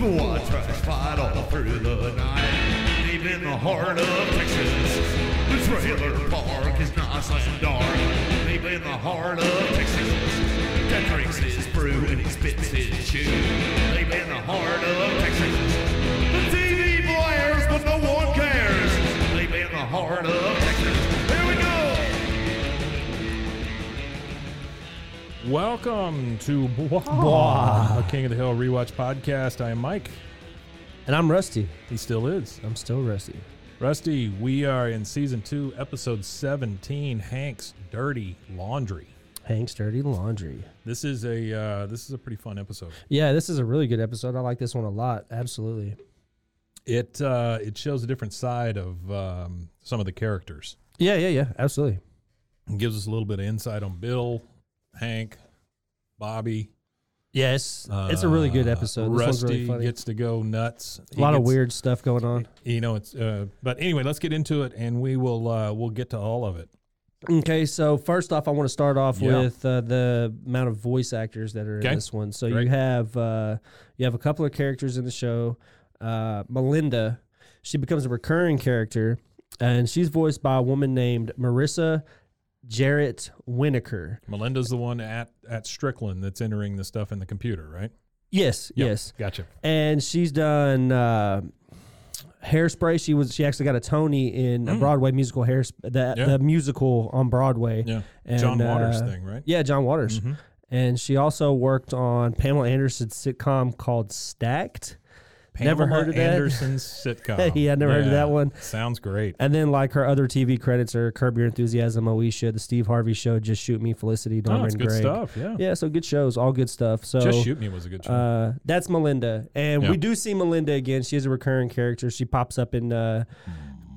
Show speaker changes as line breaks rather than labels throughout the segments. Watch us fight all through the night. Deep in the heart of Texas, the trailer park is nice and dark. Deep in the heart of Texas, Ted drinks his brew and he spits his shoe. Deep in the heart of Texas, the TV blares but no one cares. Deep in the heart of Texas, here we go.
Welcome to Blah, Blah, a King of the Hill rewatch podcast. I am Mike.
And I'm rusty.
He still is.
I'm still rusty.
Rusty, we are in season two, episode 17, Hank's Dirty Laundry.
Hank's dirty laundry.
This is a uh, this is a pretty fun episode.
Yeah, this is a really good episode. I like this one a lot. Absolutely.
It uh, it shows a different side of um, some of the characters.
Yeah, yeah, yeah. Absolutely.
It gives us a little bit of insight on Bill, Hank, Bobby.
Yes, it's a really good
Uh,
episode. This one's
Rusty
really funny.
gets to go nuts.
a lot of
weird.
weird stuff going on.
you know it's uh but anyway let's get into it and we will uh we'll get to all of it
Okay, so first off, I want to start off
Yeah.
with uh, the amount of voice actors that are
Okay.
in this one. So
Great.
you have uh, you have a couple of characters in the show. Uh, Melinda, she becomes a recurring character, and she's voiced by a woman named Marissa Jarrett Winokur.
melinda's the one at at strickland that's entering the stuff in the computer right
Yes,
Yep.
yes.
gotcha
And she's done uh, Hairspray. She was she actually got a Tony in a Broadway musical hair the,
Hmm. Yeah.
the musical on Broadway.
yeah
And,
john waters
uh,
thing right Mm-hmm.
Yeah, John Waters. And she also worked on Pamela Anderson's sitcom called Stacked. never
Pamela
heard of that.
anderson's sitcom
Yeah, I never heard of that one.
sounds great
And then like her other TV credits are Curb Your Enthusiasm, Moesha, The Steve Harvey Show, Just Shoot Me, Felicity, Dahmer,
oh, it's
and
good
Greg.
stuff yeah.
Yeah, so good shows, all good stuff. So
just shoot me was a good show
Uh, that's Melinda, and
Yeah.
we do see Melinda again. She is a recurring character. She pops up in uh,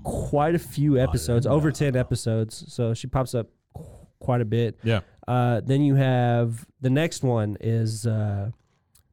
quite a few episodes, over ten episodes. So she pops up qu- quite a bit.
yeah
Uh, then you have the next one is uh,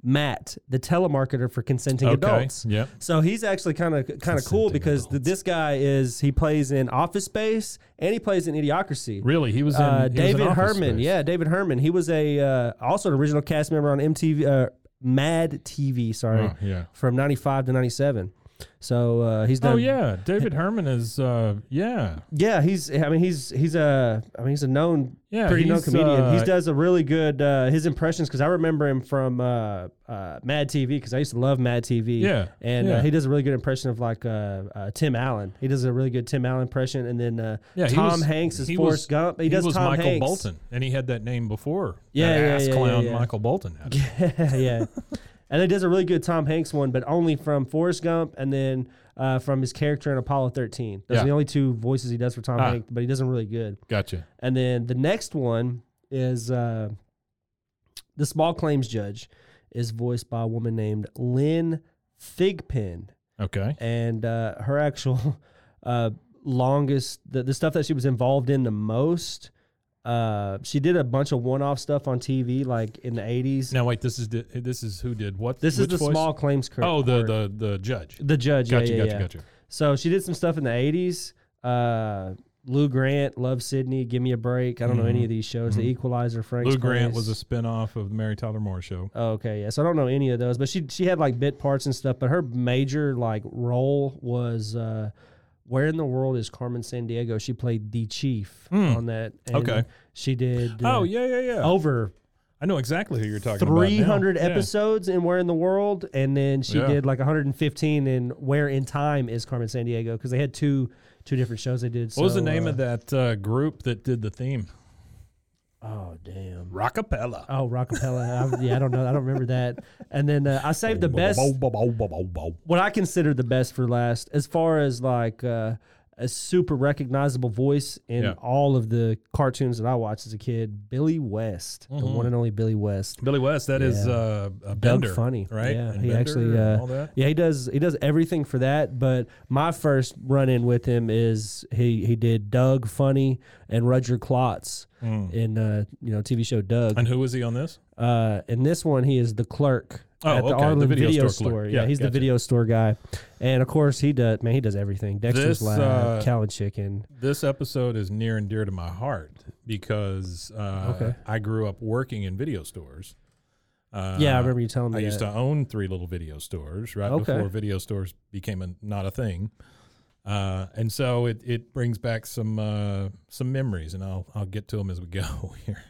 Matt, the telemarketer for consenting
okay
adults.
yeah
So he's actually kind of kind of cool
Consenting
because th- this guy is he plays in Office Space and he plays in Idiocracy.
really he was in
Uh,
he was in
David
Office
Herman.
Space.
Yeah, David Herman. He was a uh, also an original cast member on MTV, uh, Mad TV. Sorry,
Oh, yeah
from '95 to '97. So uh, he's done.
oh yeah david herman is uh yeah
yeah. He's. I mean, he's he's a. I mean, he's a known,
Yeah,
pretty known
he's,
comedian.
uh,
he does a really good uh, his impressions because I remember him from uh, uh, Mad TV because I used to love Mad TV.
Yeah,
and
yeah.
Uh, he does a really good impression of like uh, uh, Tim Allen. He does a really good Tim Allen impression, and then uh,
yeah, he
Tom
was-
Hanks is
he
Forrest
was-
Gump. He, does
was
Tom
Michael
Hanks.
Bolton, and he had that name before.
Yeah,
that
yeah,
ass
yeah, yeah,
clown
yeah.
Michael Bolton. Had.
yeah. And he does a really good Tom Hanks one, but only from Forrest Gump and then uh, from his character in Apollo 13. Those
Yeah.
are the only two voices he does for Tom
Ah.
Hanks, but he does them really good.
Gotcha.
And then the next one is uh, the small claims judge is voiced by a woman named Lynn Thigpen.
Okay.
And uh, her actual uh, longest, the, the stuff that she was involved in the most, uh, she did a bunch of one off stuff on TV, like in the 80s.
Now wait, this is di- this is who did what?
This
which
is the
voice?
small claims court.
Oh, the the the judge.
the judge.
Gotcha,
yeah, yeah,
gotcha,
yeah.
gotcha.
So she did some stuff in the '80s. Uh, Lou Grant, Love Sydney, Give Me a Break. I don't know any of these shows. The Equalizer, Frank's
Mm-hmm. Lou Grant
Place.
was a spin-off of the Mary Tyler Moore Show.
Oh, okay, yeah. So I don't know any of those, but she she had like bit parts and stuff. But her major like role was uh, Where in the world is Carmen San Diego? She played the chief
Hmm.
on that. and
Okay.
She did uh,
Oh yeah, yeah, yeah.
over
I know exactly who you're talking about. now.
300
Yeah.
episodes in Where in the World, and then she
Yeah.
did like 115 in Where in Time is Carmen San Diego because they had two two different shows they did.
What was the
so,
name
uh,
of that uh, group that did the theme?
Oh damn.
Rockapella.
Oh, Rockapella. I, yeah, I don't know. I don't remember that. And then uh, I saved the best, what I consider the best for last, as far as like uh, a super recognizable voice in
Yeah.
all of the cartoons that I watched as a kid. Billy West,
Mm-hmm.
the one and only Billy West.
Billy West. That is
Yeah.
uh, a
Doug
Bender,
Funny,
right?
Yeah,
And
he
Bender
actually,
and
uh,
all that.
yeah, he does. He does everything for that. But my first run in with him is he he did Doug Funny and Roger Klotz
Mm.
in uh, you know TV show Doug.
And who was he on this?
Uh, in this one, he is the clerk
Oh,
at the
okay, the
Arlen
video
video,
store
store.
clerk.
Yeah,
Yeah,
he's
gotcha.
the video store guy, and of course he does. Man, he does everything. Dexter's
This,
Lab,
uh,
Cow and Chicken.
This episode is near and dear to my heart because uh,
Okay.
I grew up working in video stores. Uh,
yeah, I remember you telling me.
I used
that.
to own three little video stores right
Okay.
before video stores became a, not a thing. Uh, and so it, it brings back some uh, some memories, and I'll I'll get to them as we go here.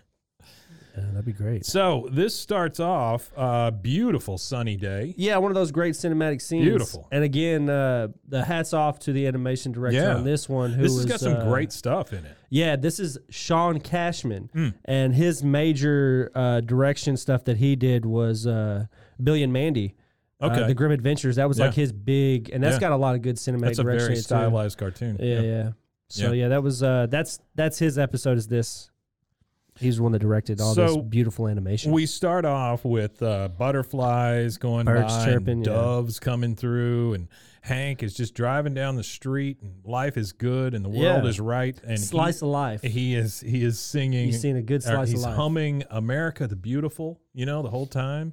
Yeah, that'd be great.
So this starts off uh, beautiful sunny day.
Yeah, one of those great cinematic scenes.
Beautiful.
And again, uh, the hats off to the animation director
Yeah.
on this one. Who
This
was,
has got some
uh,
great Hmm. stuff in it.
Yeah, this is Sean Cashman, and his major uh, direction stuff that he did was uh, Billy and Mandy. uh,
Okay.
the Grim Adventures. That was
Yeah.
like his big, and that's
Yeah.
got a lot of good cinematic
That's a
direction.
very
too.
stylized cartoon.
Yeah, yeah. So
Yeah.
yeah, that was uh, that's that's his episode. Is this? He's the one that directed all this
So,
beautiful animation.
We start off with uh, butterflies going
Birds
by,
chirping,
and
yeah.
doves coming through, and Hank is just driving down the street, and life is good, and the world
Yeah.
is right, and he-
Slice of life.
He is he is singing.
He's seen a good
or
slice of
He's
life.
humming "America the Beautiful," you know, the whole time.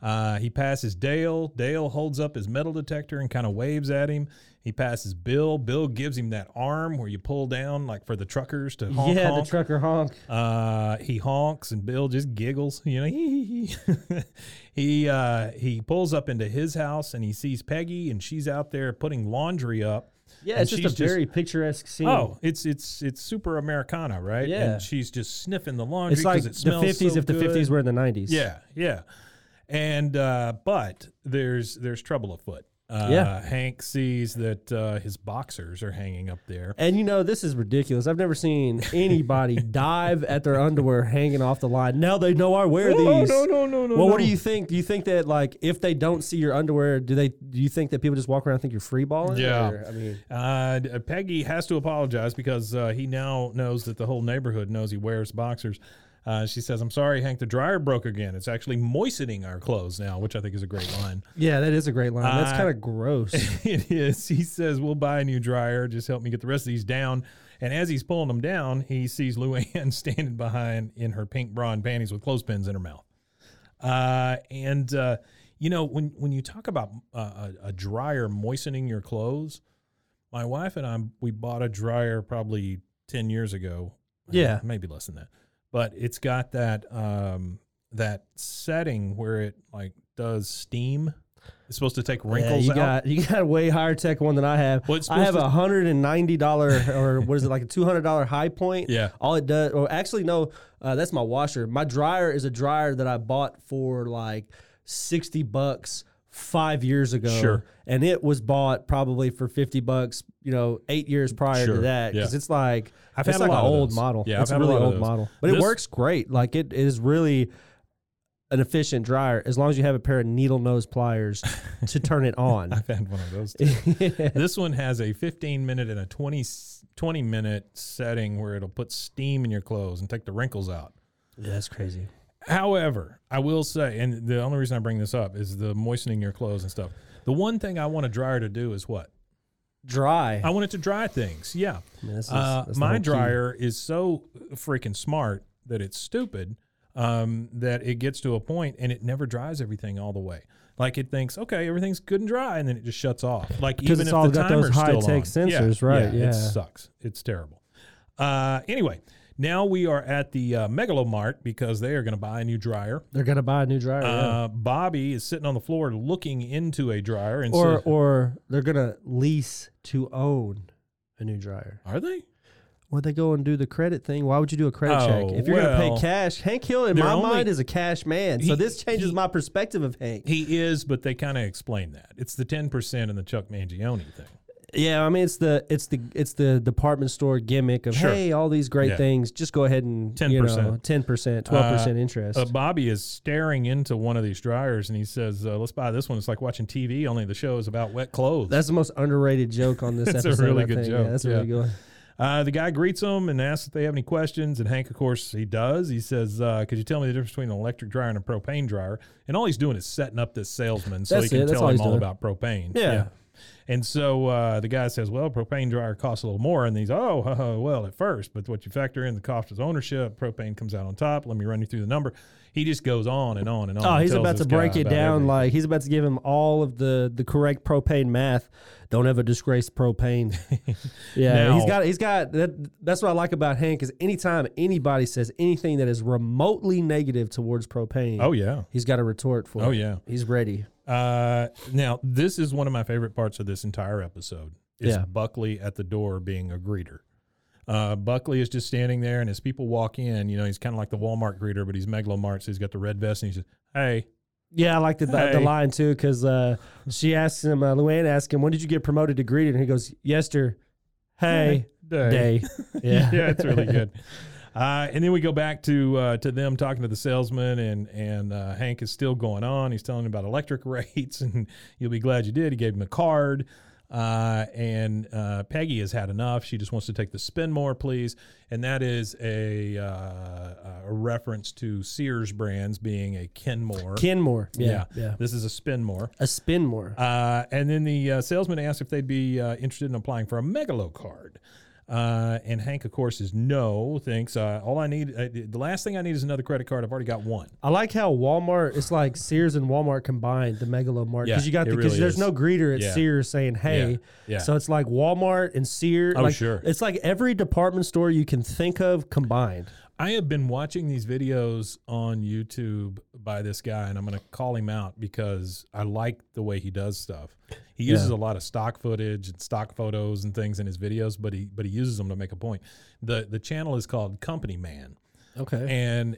Uh, he passes Dale. Dale holds up his metal detector and kind of waves at him. He passes Bill. Bill gives him that arm where you pull down like for the truckers to honk.
yeah,
honk.
the trucker honk.
Uh, he honks and Bill just giggles. You know, he he uh, he pulls up into his house and he sees Peggy and she's out there putting laundry up.
Yeah,
And
it's just a
she's just-
very picturesque scene.
Oh, it's it's it's super Americana, right?
Mm. Yeah.
And she's just sniffing the laundry.
it's like
'cause it
the
smells
fifties
so
if the
good.
fifties were in the nineties.
Yeah, yeah. And uh, but there's there's trouble afoot. Uh,
Yeah.
Hank sees that uh, his boxers are hanging up there.
And you know, this is ridiculous. I've never seen anybody dive at their underwear hanging off the line. Now they know I wear
No,
these.
no, no, no, no,
Well, what
no.
do you think? Do you think that like if they don't see your underwear, do they do you think that people just walk around and think you're free balling?
Yeah.
Or, I mean
Uh, d- Peggy has to apologize because uh, he now knows that the whole neighborhood knows he wears boxers. Uh, she says, "I'm sorry, Hank. The dryer broke again. It's actually moistening our clothes now, which I think is a great line."
Yeah, that is a great line. That's
Uh,
kind of gross.
it is. He says, "We'll buy a new dryer. Just help me get the rest of these down." And as he's pulling them down, he sees Luann standing behind in her pink bra and panties with clothespins in her mouth. Uh, and uh, you know, when when you talk about uh, a, a dryer moistening your clothes, my wife and I we bought a dryer probably ten years ago.
Yeah.
Uh, maybe less than that. But it's got that um, that setting where it like does steam. It's supposed to take
Yeah,
wrinkles
you
out.
got you got a way higher tech one than I have.
Well, it's
I have
supposed to-
a hundred and ninety dollar or what is it like a two hundred dollar high point?
Yeah.
All it does, or actually no, uh, that's my washer. My dryer is a dryer that I bought for like sixty bucks five years ago.
Sure.
And it was bought probably for fifty bucks, you know, eight years prior
Sure,
to that because
yeah.
it's like
I've
it's
had a
like
lot
an
of
old
those.
model.
Yeah, I've
it's
had a
really
lot of
old
those.
model, but it
This-
works great. Like it is really an efficient dryer as long as you have a pair of needle nose pliers to turn it on.
I've had one of those. Too. This one has a 15 minute and a 20, 20 minute setting where it'll put steam in your clothes and take the wrinkles out.
That's crazy.
However, I will say, and the only reason I bring this up is the moistening your clothes and stuff. The one thing I want a dryer to do is what?
Dry.
I want it to dry things. Yeah.
mean, this is-
Uh,
that's the
my
whole key.
dryer is so freaking smart that it's stupid um, that it gets to a point and it never dries everything all the way. Like it thinks, okay, everything's good and dry, and then it just shuts off. Like even
it's
if
all
the
got those
timer's still
high-tech
on.
sensors, right,
it
yeah.
sucks. It's terrible. Uh, anyway, now we are at the uh, Megalomart because they are going to buy a new dryer.
They're gonna buy a new dryer. Oh, yeah.
Uh, Bobby is sitting on the floor looking into a dryer, and
Or
so,
or they're gonna lease to own a new dryer.
Are they?
Well, they go and do the credit thing. Why would you do a credit
Oh,
check if you're going to
well,
pay cash? Hank Hill, in
they're
my
only-
mind, is a cash man. So
He-
this changes
he-
my perspective of Hank.
He is, but they kind of explain that. It's the 10% and the Chuck Mangione thing.
Yeah, I mean it's the it's the it's the department store gimmick of
Sure.
hey, all these great
Yeah.
things. Just go ahead and
10%.
ten percent, twelve percent interest.
Uh, Bobby is staring into one of these dryers and he says, uh, Let's buy this one. It's like watching TV, only the show is about wet clothes.
that's the most underrated joke on this
That's a
episode.
really
I
good
think.
joke,
Yeah, that's a
yeah.
really good one.
Uh, the guy greets him and asks if they have any questions. And Hank, of course, he does. He says, uh, Could you tell me the difference between an electric dryer and a propane dryer? And all he's doing is setting up this salesman so he
That's
can
it. That's
tell
all
him
he's
all
doing.
about propane.
Yeah.
And so uh, the guy says, Well, propane dryer costs a little more. And he's, Oh, well, at first, but what you factor in the cost of ownership, propane comes out on top. Let me run you through the number. He just goes on and on and on.
Oh,
and
he's
tells
about to
this guy
break it
about
down
everything.
like he's about to give him all of the the correct propane math. Don't ever disgrace propane. yeah,
Now-
he's got he's got that. That's what I like about Hank is anytime anybody says anything that is remotely negative towards propane,
Oh, yeah.
he's got a retort for.
Oh,
it.
yeah.
he's ready.
Uh, now this is one of my favorite parts of this entire episode. Is
Yeah.
Buckley at the door being a greeter. Uh, Buckley is just standing there, and as people walk in, you know, he's kind of like the Walmart greeter, but he's Megalomart, so he's got the red vest, and he says, "Hey,
Yeah, I like the, the, the
Hey.
line too because uh, she asks him, uh, Luann asks him, when did you get promoted to greeter? And he goes, yester, hey,
Day.
day. Yeah.
yeah, it's really good." Uh, and then we go back to uh, to them talking to the salesman, and and uh, Hank is still going on. He's telling him about electric rates, and you'll be glad you did. He gave him a card, uh, and uh, Peggy has had enough. She just wants to take the spin more, please. And that is a uh, a reference to Sears brands being a Kenmore.
Kenmore. Yeah. Yeah.
this is a spin more.
A spin more.
Uh, and then the uh, salesman asked if they'd be uh, interested in applying for a megalo card. Uh, and Hank, of course, is no. Thanks. Uh, all I need, uh, the last thing I need is another credit card. I've already got one.
I like how Walmart, it's like Sears and Walmart combined, the Megalo Mart. Because
Yeah,
you got
it
the, because
really
there's
is.
no greeter at
Yeah.
Sears saying, hey.
Yeah, yeah.
So it's like Walmart and Sears.
Oh,
like,
sure.
It's like every department store you can think of combined.
I have been watching these videos on YouTube by this guy, and I'm going to call him out because I like the way he does stuff. He uses
Yeah.
a lot of stock footage and stock photos and things in his videos, but he but he uses them to make a point. the The channel is called Company Man,
Okay.
and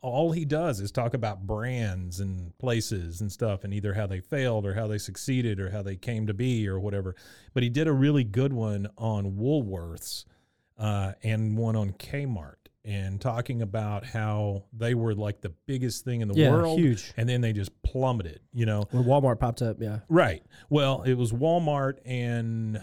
all he does is talk about brands and places and stuff and either how they failed or how they succeeded or how they came to be or whatever but he did a really good one on woolworths uh, and one on kmart and talking about how they were like the biggest thing in the
Yeah,
world
huge.
and then they just plummeted you know
When Walmart popped up, yeah.
right well it was walmart and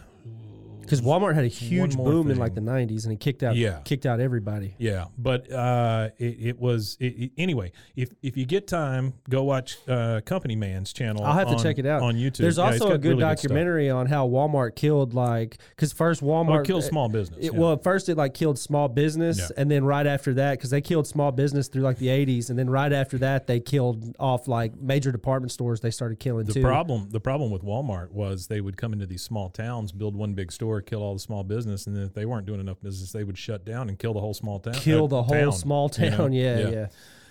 Because Walmart had a huge
more
boom in
thing.
like the '90s, and it kicked out,
Yeah.
kicked out everybody.
Yeah, but uh, it, it was it, it- anyway. If if you get time, go watch uh, Company Man's channel.
I'll have
on-
to check it out
on YouTube.
There's
Yeah, he's
also
got
a good
really stuff.
documentary on how Walmart killed like because first Walmart uh,
Well, it kills small business.
It,
yeah.
Well, at first it like killed small business,
Yeah.
and then right after that, because they killed small business through like the '80s, and then right after that they killed off like major department stores. They started killing
the
too.
problem the problem with Walmart was they would come into these small towns, build one big store, kill all the small business, and then if they weren't doing enough business, they would shut down and kill the whole small town.
Kill the
uh,
whole
town,
small
you know?
town. Yeah, yeah,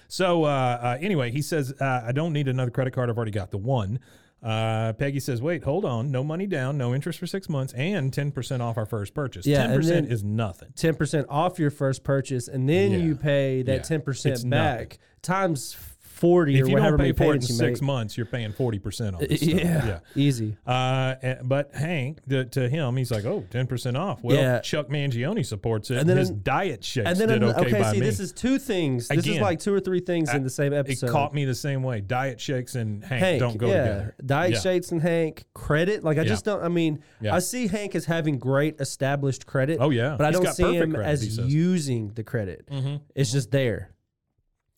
So uh, uh, anyway, he says, uh, "I don't need another credit card. I've already got the one." Uh, Peggy says, "Wait, hold on. No money down, no interest for six months, and ten percent off our first purchase.
Yeah,
Ten
and
percent
then-
is nothing.
Ten percent off your first purchase, and then
Yeah.
you pay
Yeah.
that ten
It's
percent
nothing.
back times forty
If
or
you
whatever
don't
many
pay for it in
payments you
six
make.
months, you're paying forty percent on this stuff.
Yeah, easy.
Uh, and- but Hank, to, to him, he's like, "Oh, 10 percent off." Well,
Yeah.
Chuck Mangione supports it, and
And then
his
an-
diet shakes
And then
did
an-
okay,
okay,
by
see,
me.
this is two things. This
Again,
is like two or three things in the same episode.
It caught me the same way. Diet shakes and Hank,
Hank,
don't go
yeah.
together.
Diet
Yeah.
Shakes and Hank credit. Like I
Yeah.
just don't. I mean,
Yeah.
I see Hank as having great established credit.
Oh, yeah.
but I
He's
don't
got
see
perfect
him
credit, he
as
says. Mm-hmm.
using the credit. It's just there.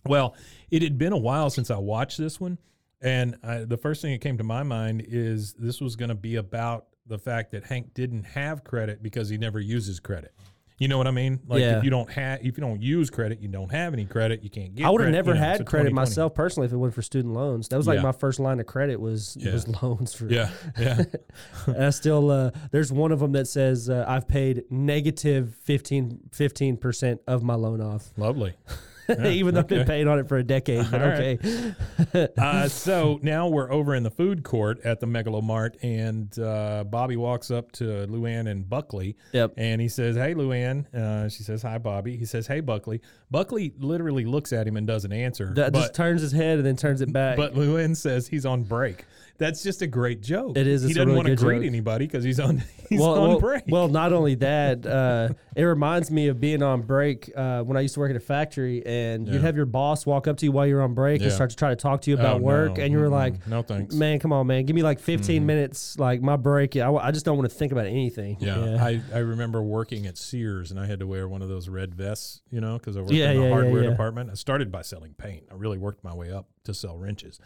Well, it had been a while since I watched this one, and I, the first thing that came to my mind is this was going to be about the fact that Hank didn't have credit because he never uses credit. You know what I mean? Like
Yeah.
if you don't have, if you don't use credit, you don't have any credit. You can't get.
I would have
credit,
never
you know, it's a
had credit
20-20.
myself personally if it wasn't for student loans. That was like
Yeah.
my first line of credit was
Yeah.
was loans for.
Yeah, yeah.
and I still uh, there's one of them that says uh, I've paid negative 15 percent of my loan off.
Lovely.
even though I've been
okay.
paying on it for a decade. But
All
okay,
right. Uh, so now we're over in the food court at the Megalomart, and uh, Bobby walks up to Luann and Buckley.
Yep.
And he says, Hey, Luann. Uh, she says, Hi, Bobby. He says, Hey, Buckley. Buckley literally looks at him and doesn't answer.
that
but,
just turns his head and then turns it back.
but Luann says he's on break. That's just a great joke.
It is.
He
It's a
doesn't
really
want to
good
greet
joke.
anybody because he's on, he's
well,
on
well,
break.
well, not only that, uh, it reminds me of being on break uh, when I used to work at a factory, and
Yeah.
you'd have your boss walk up to you while you're on break and
Yeah.
start to try to talk to you about
Oh,
work,
no.
and you were
Mm-mm.
like,
No, thanks. Mm-hmm.
man, come on, man, give me like 15 minutes, like my break. I, I just don't want to think about anything."
Yeah, I, I remember working at Sears and I had to wear one of those red vests, you know, because I worked
Yeah,
in the
yeah, yeah,
hardware
yeah.
department. I started by selling paint. I really worked my way up to sell wrenches.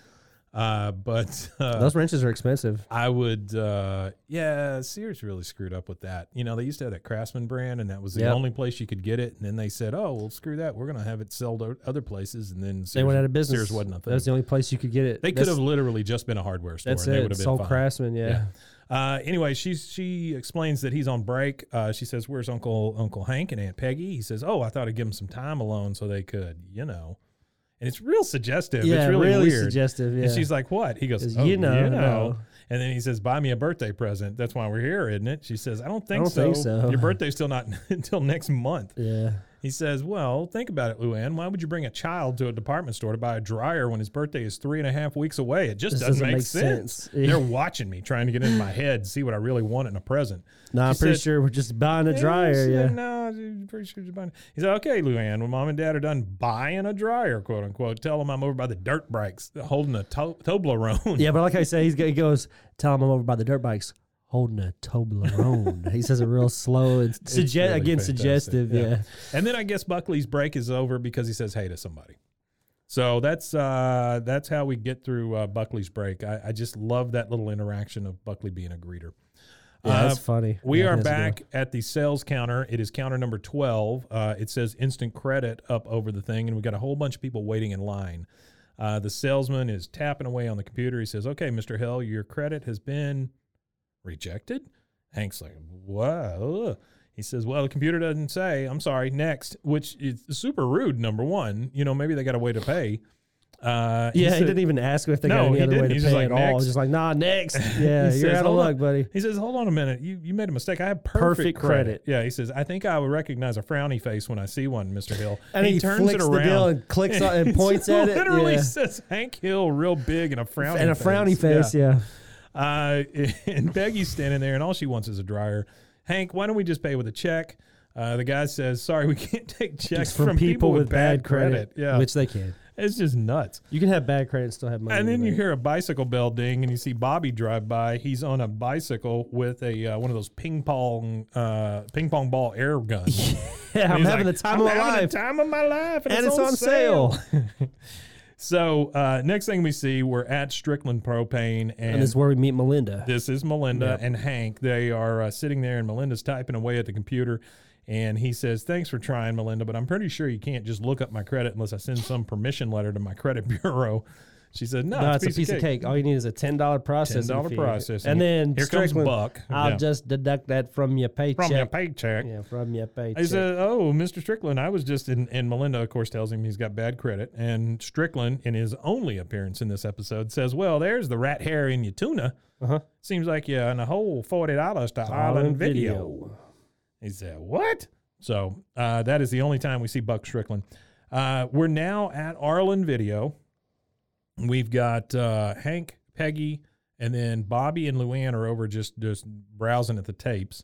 Uh, but uh,
those wrenches are expensive.
I would, uh, yeah, Sears really screwed up with that. You know, they used to have that Craftsman brand and that was the
Yep.
only place you could get it. And then they said, oh, well, screw that. We're going to have it sold o- other places. And then Sears,
They went out of business.
Sears wasn't a
That was the
thing.
only place you could get it.
They could
That's-
have literally just been a hardware store
That's
and they
it.
would have been
Sold
fine.
Craftsman. Yeah.
Yeah. Uh, anyway, she's she explains that he's on break. Uh, she says, "Where's Uncle Uncle Hank and Aunt Peggy?" He says, "Oh, I thought I'd give them some time alone so they could, you know." And it's real suggestive.
Yeah,
it's really,
really
weird.
suggestive, yeah.
And she's like, "What?" He goes,
Says,
"Oh,
"You
you
know,
know."
no.
And then he says, "Buy me a birthday present." That's why we're here, isn't it? She says, "I don't think,
don't
so.
think so."
Your birthday's still not until next month."
Yeah.
He says, "Well, think about it, Luann. Why would you bring a child to a department store to buy a dryer when his birthday is three and a half weeks away? It just
This
doesn't, make, sense.
Yeah.
They're watching me, trying to get into my head, see what I really want in a present.
No, I'm
She
pretty
said-
sure we're just buying a dryer.
She
Yeah.
said, no, I'm pretty sure you're buying. He said, "Okay, Luann. When mom and dad are done buying a dryer, quote unquote, tell them I'm over by the dirt bikes, holding a to- Toblerone.
Yeah, but like I say, he's, he goes, tell him I'm over by the dirt bikes holding a Toblerone. he says it real slow and sugge-
really
again
fantastic.
suggestive.
Yeah.
Yeah.
And then I guess Buckley's break is over because he says hey to somebody. So that's uh, that's how we get through uh, Buckley's break. I, I just love that little interaction of Buckley being a greeter.
Yeah,
Uh,
that's funny.
We
Yeah,
are
that's a good one.
back at the sales counter. It is counter number 12. Uh, it says instant credit up over the thing, and we got a whole bunch of people waiting in line. Uh, the salesman is tapping away on the computer. He says, Okay, Mr. Hill, your credit has been rejected. Hank's like, Whoa. ugh." He says, Well, the computer doesn't say, I'm sorry, next, which is super rude, number one. You know, maybe they got a way to pay. Uh,
Yeah, he
said-
didn't even ask if they
No,
got any
he
other way
didn't.
to
He's
pay
just like,
at all.
"Next."
He's just like, nah, next. Yeah,
He
you're
says,
out of
"Hold on."
luck, buddy.
He says, "Hold on a minute. You you made a mistake. I have perfect,
Perfect
credit.
credit.
Yeah. He says, "I think I would recognize a frowny face when I see one, Mister Hill."
And he flicks the deal and clicks on- and
he
points at it.
Literally
Yeah.
says Hank Hill, real big, and a frowny
And a frowny face, yeah.
Uh, and Peggy's standing there, and all she wants is a dryer. Hank, why don't we just pay with a check? Uh, the guy says, "Sorry, we can't take checks
It's from, people, with bad credit,
Yeah,
which they can.
it's just nuts.
You can have bad credit and still have money.
And
in
then
the
you
bank.
hear a bicycle bell ding, and you see Bobby drive by. He's on a bicycle with a uh, one of those ping pong uh, ping pong ball air guns.
yeah,
And
I'm
he's
having
like,
the time
"I'm
of my
having
life.
The time of my life, and,
And it's on sale.
so uh, next thing we see, we're at Strickland Propane, and,
And this is where we meet Melinda.
this is Melinda and Hank. They are uh, sitting there, and Melinda's typing away at the computer. And he says, "Thanks for trying, Melinda, but I'm pretty sure you can't just look up my credit unless I send some permission letter to my credit bureau." She said, "No,
No, it's, a piece of cake. All you need is a ten dollar processing
$10
fee.
processing.
and then
Here comes
Strickland,
Buck.
I'll
Yeah.
just deduct that from your paycheck.
from your paycheck."
yeah, from your paycheck.
I said, "Oh, Mr. Strickland, I was just in." And Melinda, of course, tells him he's got bad credit. And Strickland, in his only appearance in this episode, says, "Well, there's the rat hair in your tuna.
Uh-huh.
Seems like you and a whole forty dollars to Island,
Island
video.
Video.
He said, "What?" So uh, that is the only time we see Buck Strickland. Uh, we're now at Arlen Video. We've got uh, Hank, Peggy, and then Bobby and Luann are over just just browsing at the tapes.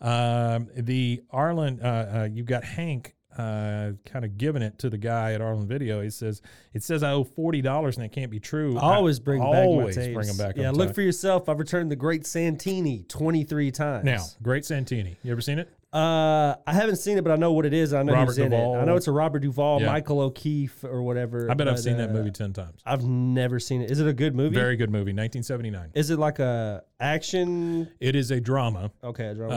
Um, the Arlen, uh, uh, you've got Hank uh, kind of giving it to the guy at Arlen Video. He says, "It says I owe forty dollars, and that can't be true."
always bring
I
back my
always
tapes.
bring them back.
Yeah,
on
look
time.
for yourself. I've returned the Great Santini twenty three times.
now. Great Santini, you ever seen it?
uh, I haven't seen it, but I know what it is. I know
Robert
he's in
Duvall.
it. I know it's a Robert Duvall,
Yeah.
Michael O'Keefe, or whatever.
I bet I've
but,
seen
uh,
that movie ten times.
I've never seen it. Is it a good movie?
Very good movie, 1979.
Is it like a action?
It is a drama.
Okay, a drama.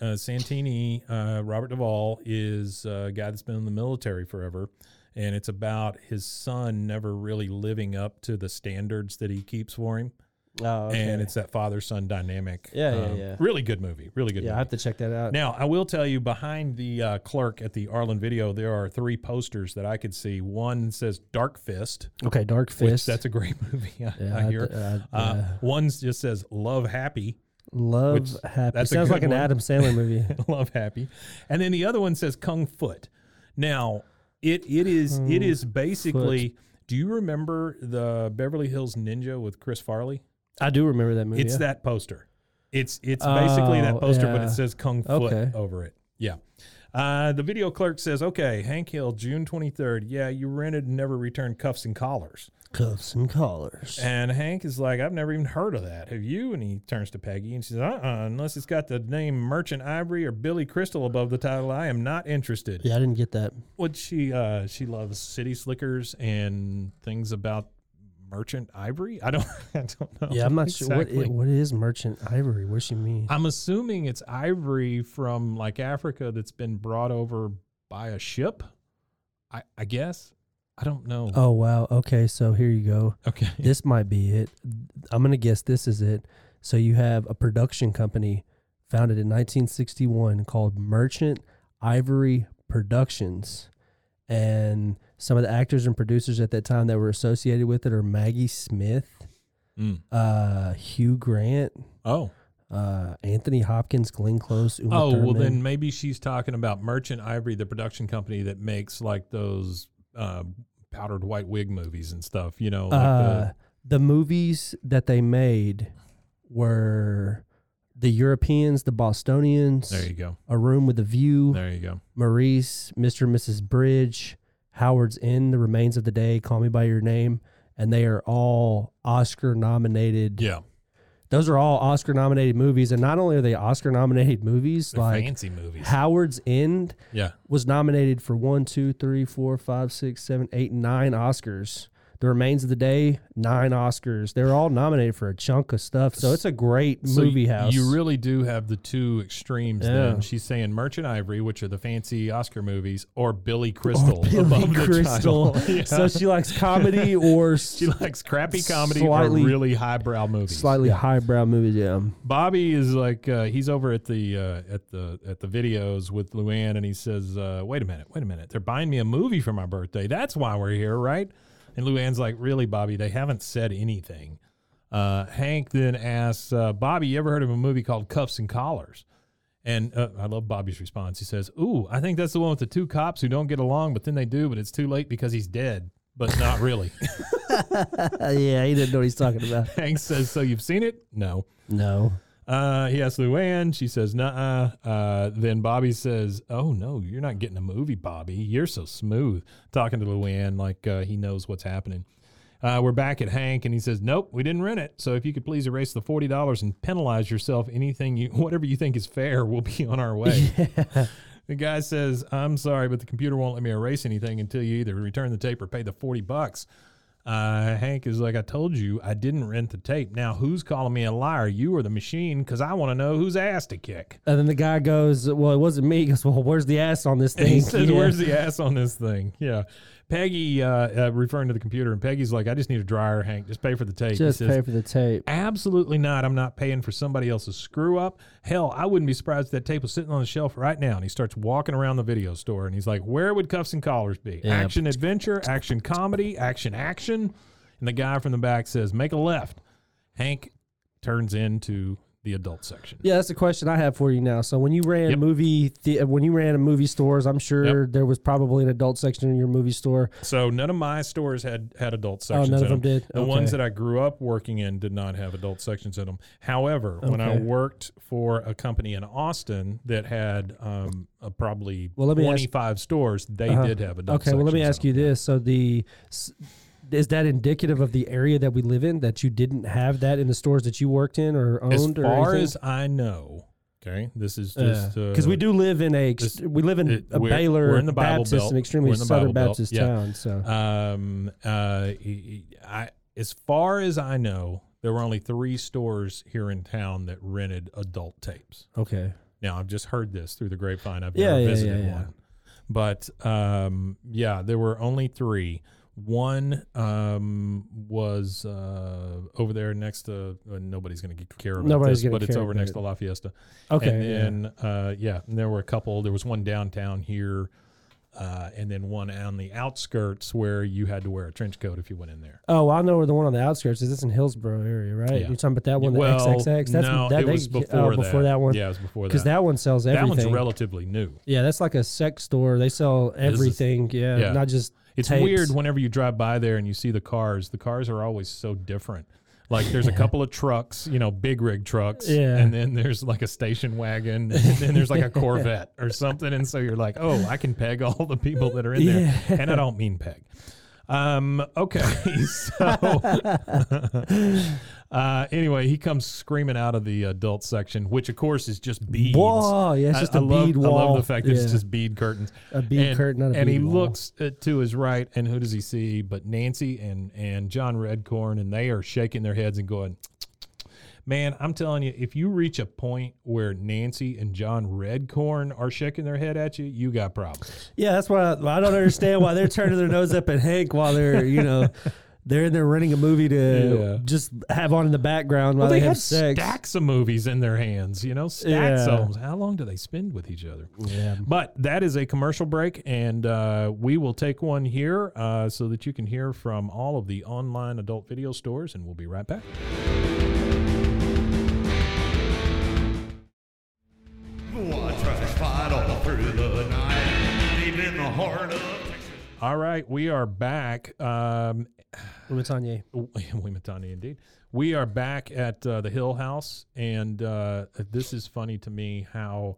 Uh, uh, Santini, uh, Robert Duvall, is a guy that's been in the military forever, and it's about his son never really living up to the standards that he keeps for him.
Oh, okay.
and it's that father son dynamic. Um,
Yeah, yeah, yeah.
Really good movie. Really good.
yeah, I
movie.
have to check that out.
Now, I will tell you behind the uh, clerk at the Arlen Video, there are three posters that I could see. One says Dark Fist,
okay, Dark
which
Fist.
that's a great movie. I,
Yeah,
I
I-
hear.
I-
uh,
yeah.
One just says Love Happy.
Love
which-
Happy.
that's a
Sounds
good
like an
one.
Adam Sandler movie.
Love Happy. And then the other one says Kung Foot. Now, it it is
Hmm.
it is basically. Do you remember the Beverly Hills Ninja with Chris Farley?
I do remember that movie.
It's
yeah.
that poster. It's it's basically that
Oh,
poster, but
yeah.
it says Kung Foot
Okay.
over it. Yeah. Uh, the video clerk says, "Okay, Hank Hill, June twenty third. Yeah, you rented and never returned cuffs and collars."
cuffs and collars.
And Hank is like, "I've never even heard of that. Have you?" And he turns to Peggy and she says, "Uh, uh unless it's got the name Merchant Ivory or Billy Crystal above the title, I am not interested."
Yeah, I didn't get that.
What she uh, she loves city slickers and things about merchant ivory. I don't I don't know.
Yeah, I'm not sure what
exactly.
it, what is merchant ivory. What does she mean?
I'm assuming it's ivory from like Africa that's been brought over by a ship. I, I guess. I don't know.
Oh wow. Okay, so here you go.
okay.
This might be it. I'm gonna guess this is it. So you have a production company founded in 1961 called Merchant Ivory Productions, and some of the actors and producers at that time that were associated with it are Maggie Smith,
Mm.
uh, Hugh Grant,
Oh.
uh, Anthony Hopkins, Glenn Close. Uma
Oh, well
Thurman.
then maybe she's talking about Merchant Ivory, the production company that makes like those uh, powdered white wig movies and stuff, you know, like
uh, the movies that they made were the Europeans, the Bostonians,
the, there you go.
A Room with a View,
There you go.
Maurice, Mr. and Mrs. Bridge, Howard's Inn, The Remains of the Day, Call Me by Your Name, and they are all Oscar nominated.
Yeah.
Those are all Oscar nominated movies, and not only are they Oscar nominated movies,
They're
like
fancy movies.
Howard's End
yeah.
was nominated for one, two, three, four, five, six, seven, eight, nine Oscars. The Remains of the Day, nine Oscars. They're all nominated for a chunk of stuff. So it's a great
So
movie
y-
house.
You really do have the two extremes.
Yeah.
Then she's saying Merchant Ivory, which are the fancy Oscar movies, or Billy Crystal. above the
Crystal.
title. Yeah.
So she likes comedy or
she likes crappy comedy
Slightly-
or really highbrow movies.
slightly highbrow movies. Yeah.
Bobby is like uh, he's over at the uh, at the at the videos with Luann, and he says, uh, "Wait a minute, wait a minute! They're buying me a movie for my birthday. That's why we're here, right?" And Luann's like, "Really, Bobby? They haven't said anything." Uh, Hank then asks uh, Bobby, "You ever heard of a movie called Cuffs and Collars?" And uh, I love Bobby's response. He says, "Ooh, I think that's the one with the two cops who don't get along, but then they do, but it's too late because he's dead, but not really."
Uh, yeah, he didn't know what he's talking about.
Hank says, "So you've seen it?" No.
No.
Uh, he asks Luann. She says, "Nah." Uh, then Bobby says, "Oh no, you're not getting a movie, Bobby. You're so smooth." Talking to Luann like uh, he knows what's happening. Uh, we're back at Hank, and he says, "Nope, we didn't rent it. So if you could please erase the forty dollars and penalize yourself, anything you, whatever you think is fair, will be on our way." The guy says, "I'm sorry, but the computer won't let me erase anything until you either return the tape or pay the forty bucks." Uh, Hank is like, I told you, I didn't rent the tape. Now, who's calling me a liar? You or the machine? Because I want to know whose ass to kick.
And then the guy goes, Well, it wasn't me. He goes, Well, where's the ass on this
And
thing?
he says,
Yeah.
Where's the ass on this thing? Yeah. Peggy, uh, uh, referring to the computer, and Peggy's like, I just need a dryer, Hank. Just pay for the tape. He
Just
says,
pay for the tape.
Absolutely not. I'm not paying for somebody else's screw up. Hell, I wouldn't be surprised if that tape was sitting on the shelf right now. And he starts walking around the video store and he's like, Where would cuffs and collars be?
Yeah.
Action adventure, action comedy, action action. And the guy from the back says, Make a left. Hank turns into the adult section.
Yeah, that's the question I have for you now. So when you ran
Yep.
movie, the, uh, when you ran in movie stores, I'm sure there was probably an adult section in your movie store.
So none of my stores had had adult sections.
Oh, none
in
of them did?
The
Okay.
ones that I grew up working in did not have adult sections in them. However, when I
Okay.
worked for a company in Austin that had um, uh, probably
Well, let me ask- Uh-huh.
25 stores, they did have adult.
Okay, well let me
sections in
ask
them.
you this: so the s- is that indicative of the area that we live in that you didn't have that in the stores that you worked in or
As
owned? or
far
anything?
as I know, okay, this is just
because we
uh,
do live in a ex-
this-
we live in
it-
a
we're-
Baylor
we're in the Bible
Baptist,
Belt.
an extremely
We're in the
Southern
Bible Belt,
Baptist
yeah.
town. So
Um, uh, e- e- I, as far as I know, there were only three stores here in town that rented adult tapes.
okay,
Now I've just heard this through the grapevine. I've
Yeah,
never
yeah,
visited
yeah, yeah.
one, but um, yeah, there were only three. One um, was uh, over there next to uh, nobody's going to care about
Nobody's
this,
gonna
but it's
care
over
about
next
it.
to La Fiesta.
Okay,
and
yeah.
then uh, yeah, and there were a couple. There was one downtown here, uh, and then one on the outskirts where you had to wear a trench coat if you went in there.
Oh, I know where the one on the outskirts is. It's in Hillsborough area, right?
Yeah.
You're talking about that one, the
well,
XXX. That's
no,
that,
it
they-
was
oh,
before, that.
before that one.
Yeah, it was before
because
that.
that one sells
that
everything.
one's relatively new.
yeah, that's like a sex store. They sell everything. yeah,
yeah.
not just.
It's
tapes.
weird whenever you drive by there and you see the cars. The cars are always so different. Like there's a couple of trucks, you know, big rig trucks,
Yeah.
and then there's like a station wagon, and then there's like a Corvette or something, and so you're like, oh, I can peg all the people that are in there, and I don't mean peg. Um, okay, so uh, anyway, he comes screaming out of the adult section, which of course is just beads.
Whoa, yeah, it's
I-
just
I
a
love-
bead
I love
wall.
the fact that
Yeah.
it's just bead curtains.
A bead
and,
curtain, not a
And he
bead wall.
looks uh, to his right, and who does he see? But Nancy and and John Redcorn, and they are shaking their heads and going. Man, I'm telling you, if you reach a point where Nancy and John Redcorn are shaking their head at you, you got problems.
Yeah, that's why I, I don't understand why they're turning their nose up at Hank while they're you know they're in there renting a movie to
Yeah.
just have on in the background while
Well, they,
have
had
sex.
stacks of movies in their hands, you know, stacks
Yeah.
of 'em. How long do they spend with each other?
Yeah.
But that is a commercial break, and uh, we will take one here uh, so that you can hear from all of the online adult video stores, and we'll be right back.
Watch trash fight all through the night, deep in the heart of Texas.
All right, we are back. Um,
Women Tanya.
Wimitani, indeed. We are back at uh, the Hill House, and uh, this is funny to me how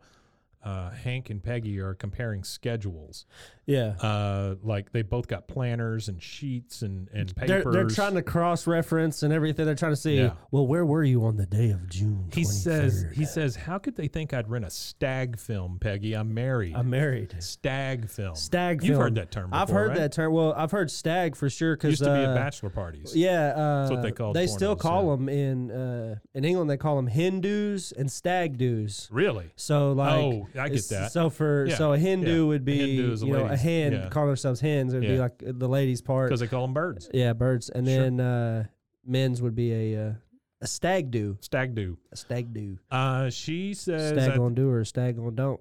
uh, Hank and Peggy are comparing schedules.
Yeah.
Uh, like they both got planners and sheets and and
they're,
papers.
they're trying to cross reference and everything. They're trying to see,
Yeah.
well, where were you on the day of June? 23rd?
He says he says, "How could they think I'd rent a stag film, Peggy? I'm married.
I'm married.
stag film.
Stag.
You've
film.
heard that term. Before,
I've heard
right?
that term. Well, I've heard stag for sure because uh,
Used to be at bachelor parties.
Yeah, uh,
what they called
They still
pornos,
call
yeah.
them in uh, in England. They call them Hindus and stag do's.
Really?
So like,
Oh, I get
it's-
that.
So for
Yeah,
so a Hindu
yeah.
would be
Hindu is a
you know a
ladies-
hand
yeah.
calling themselves hens. It would be
Yeah.
like uh, the ladies part.
Because they call them birds.
Yeah, birds, and then uh, men's would be a uh, a stag do,
Stag do.
a stag do,
Uh, she says. I
stag
th-
on do or stag on don't.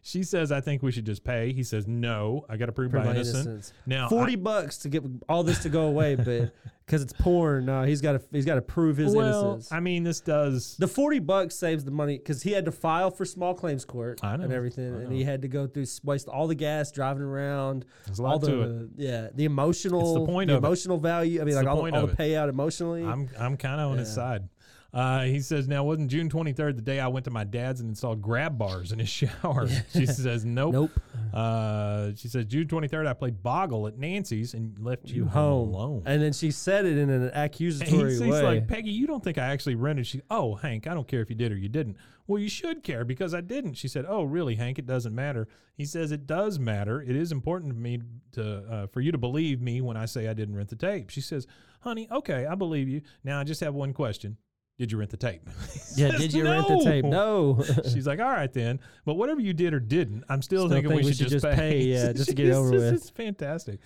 she says, "I think we should just pay." He says, "No, I got to prove
For
my
my
innocence."
innocence.
Now,
Forty bucks to get all this to go away, but because it's porn, no, he's got to he's got to prove
I,
his
well,
innocence.
I mean, this does.
The forty bucks saves the money because he had to file for small claims court
I
and
know,
everything,
I
and he
know.
had to go through waste all the gas driving around.
There's a lot
all the
to
yeah, the emotional,
point
the
of it.
emotional value. I mean,
It's
like
the
all,
point
the- all
of
the
it.
payout emotionally.
I'm I'm kind of on his
Yeah.
side. Uh, he says, "Now wasn't June 23rd the day I went to my dad's and installed grab bars in his shower?" she says, "Nope."
nope.
Uh, she says, June 23rd, I played Boggle at Nancy's and left you, home, alone.
and then she said it in an
And he's,
accusatory
he's
way.
like, Peggy, you don't think I actually rented? She, oh, Hank, I don't care if you did or you didn't. Well, you should care because I didn't. She said, oh, really, Hank? It doesn't matter. He says, it does matter. It is important to me to uh, for you to believe me when I say I didn't rent the tape. She says, honey, okay, I believe you. Now I just have one question. Did you rent the tape? He
yeah,
says,
did you rent the tape? No.
She's like, all right then, but whatever you did or didn't, I'm still,
Still
thinking
think
we, should, just pay.
yeah, just to get it
It's
over
just-
with.
It's fantastic.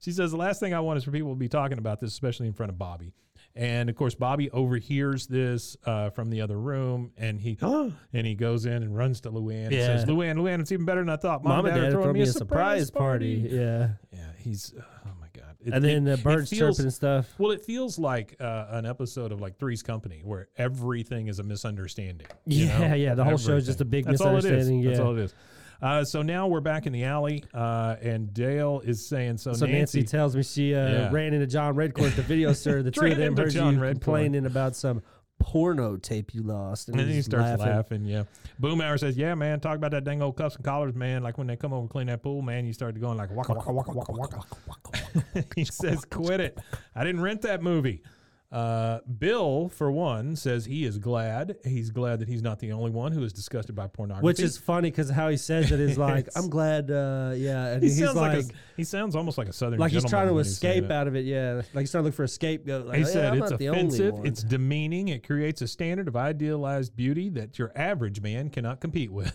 She says the last thing I want is for people to be talking about this, especially in front of Bobby. And of course, Bobby overhears this uh, from the other room, and he and he goes in and runs to Luann and says,
Yeah.
"Luann, Luann, it's even better than I thought. Mom,
Mom
and Dad, are throwing me a surprise party."
Yeah,
Yeah, he's oh my god. It-
and
it-
then the
it
birds
feels-
chirping and stuff.
Well, it feels like uh, an episode of like Three's Company where everything is a misunderstanding. you
Yeah,
know?
yeah, the whole show's just a big
That's all it is.
misunderstanding,
That's
yeah.
all it is. Uh, so now we're back in the alley, uh, and Dale is saying, "So,
So Nancy,
Nancy,
tells me she uh,
Yeah.
ran into John Redcorn at the video store. The two of
Ran
them
into
heard
John
you
Redcorn.
complaining about some porno tape you lost,
And then he
he's
starts laughing. Yeah. Boomhauer says, "Yeah, man, talk about that dang old cuffs and collars, man. Like when they come over and clean that pool, man, you start going like waka waka waka waka waka." he says, "Quit it. I didn't rent that movie." Uh, Bill, for one, says he is glad. He's glad that he's not the only one who is disgusted by pornography.
Which is funny because how he says it is like,
It's-
I'm glad, uh, yeah. And
he
he's
sounds like,
like,
a, he sounds almost like a southern.
like he's
gentleman
trying to
when he's saying
escape
that.
out of it, yeah. Like he's trying to look for a scapegoat. Like, oh,
He
"Yeah,
said
I'm
it's
not the only
offensive,
one."
it's demeaning, it creates a standard of idealized beauty that your average man cannot compete with.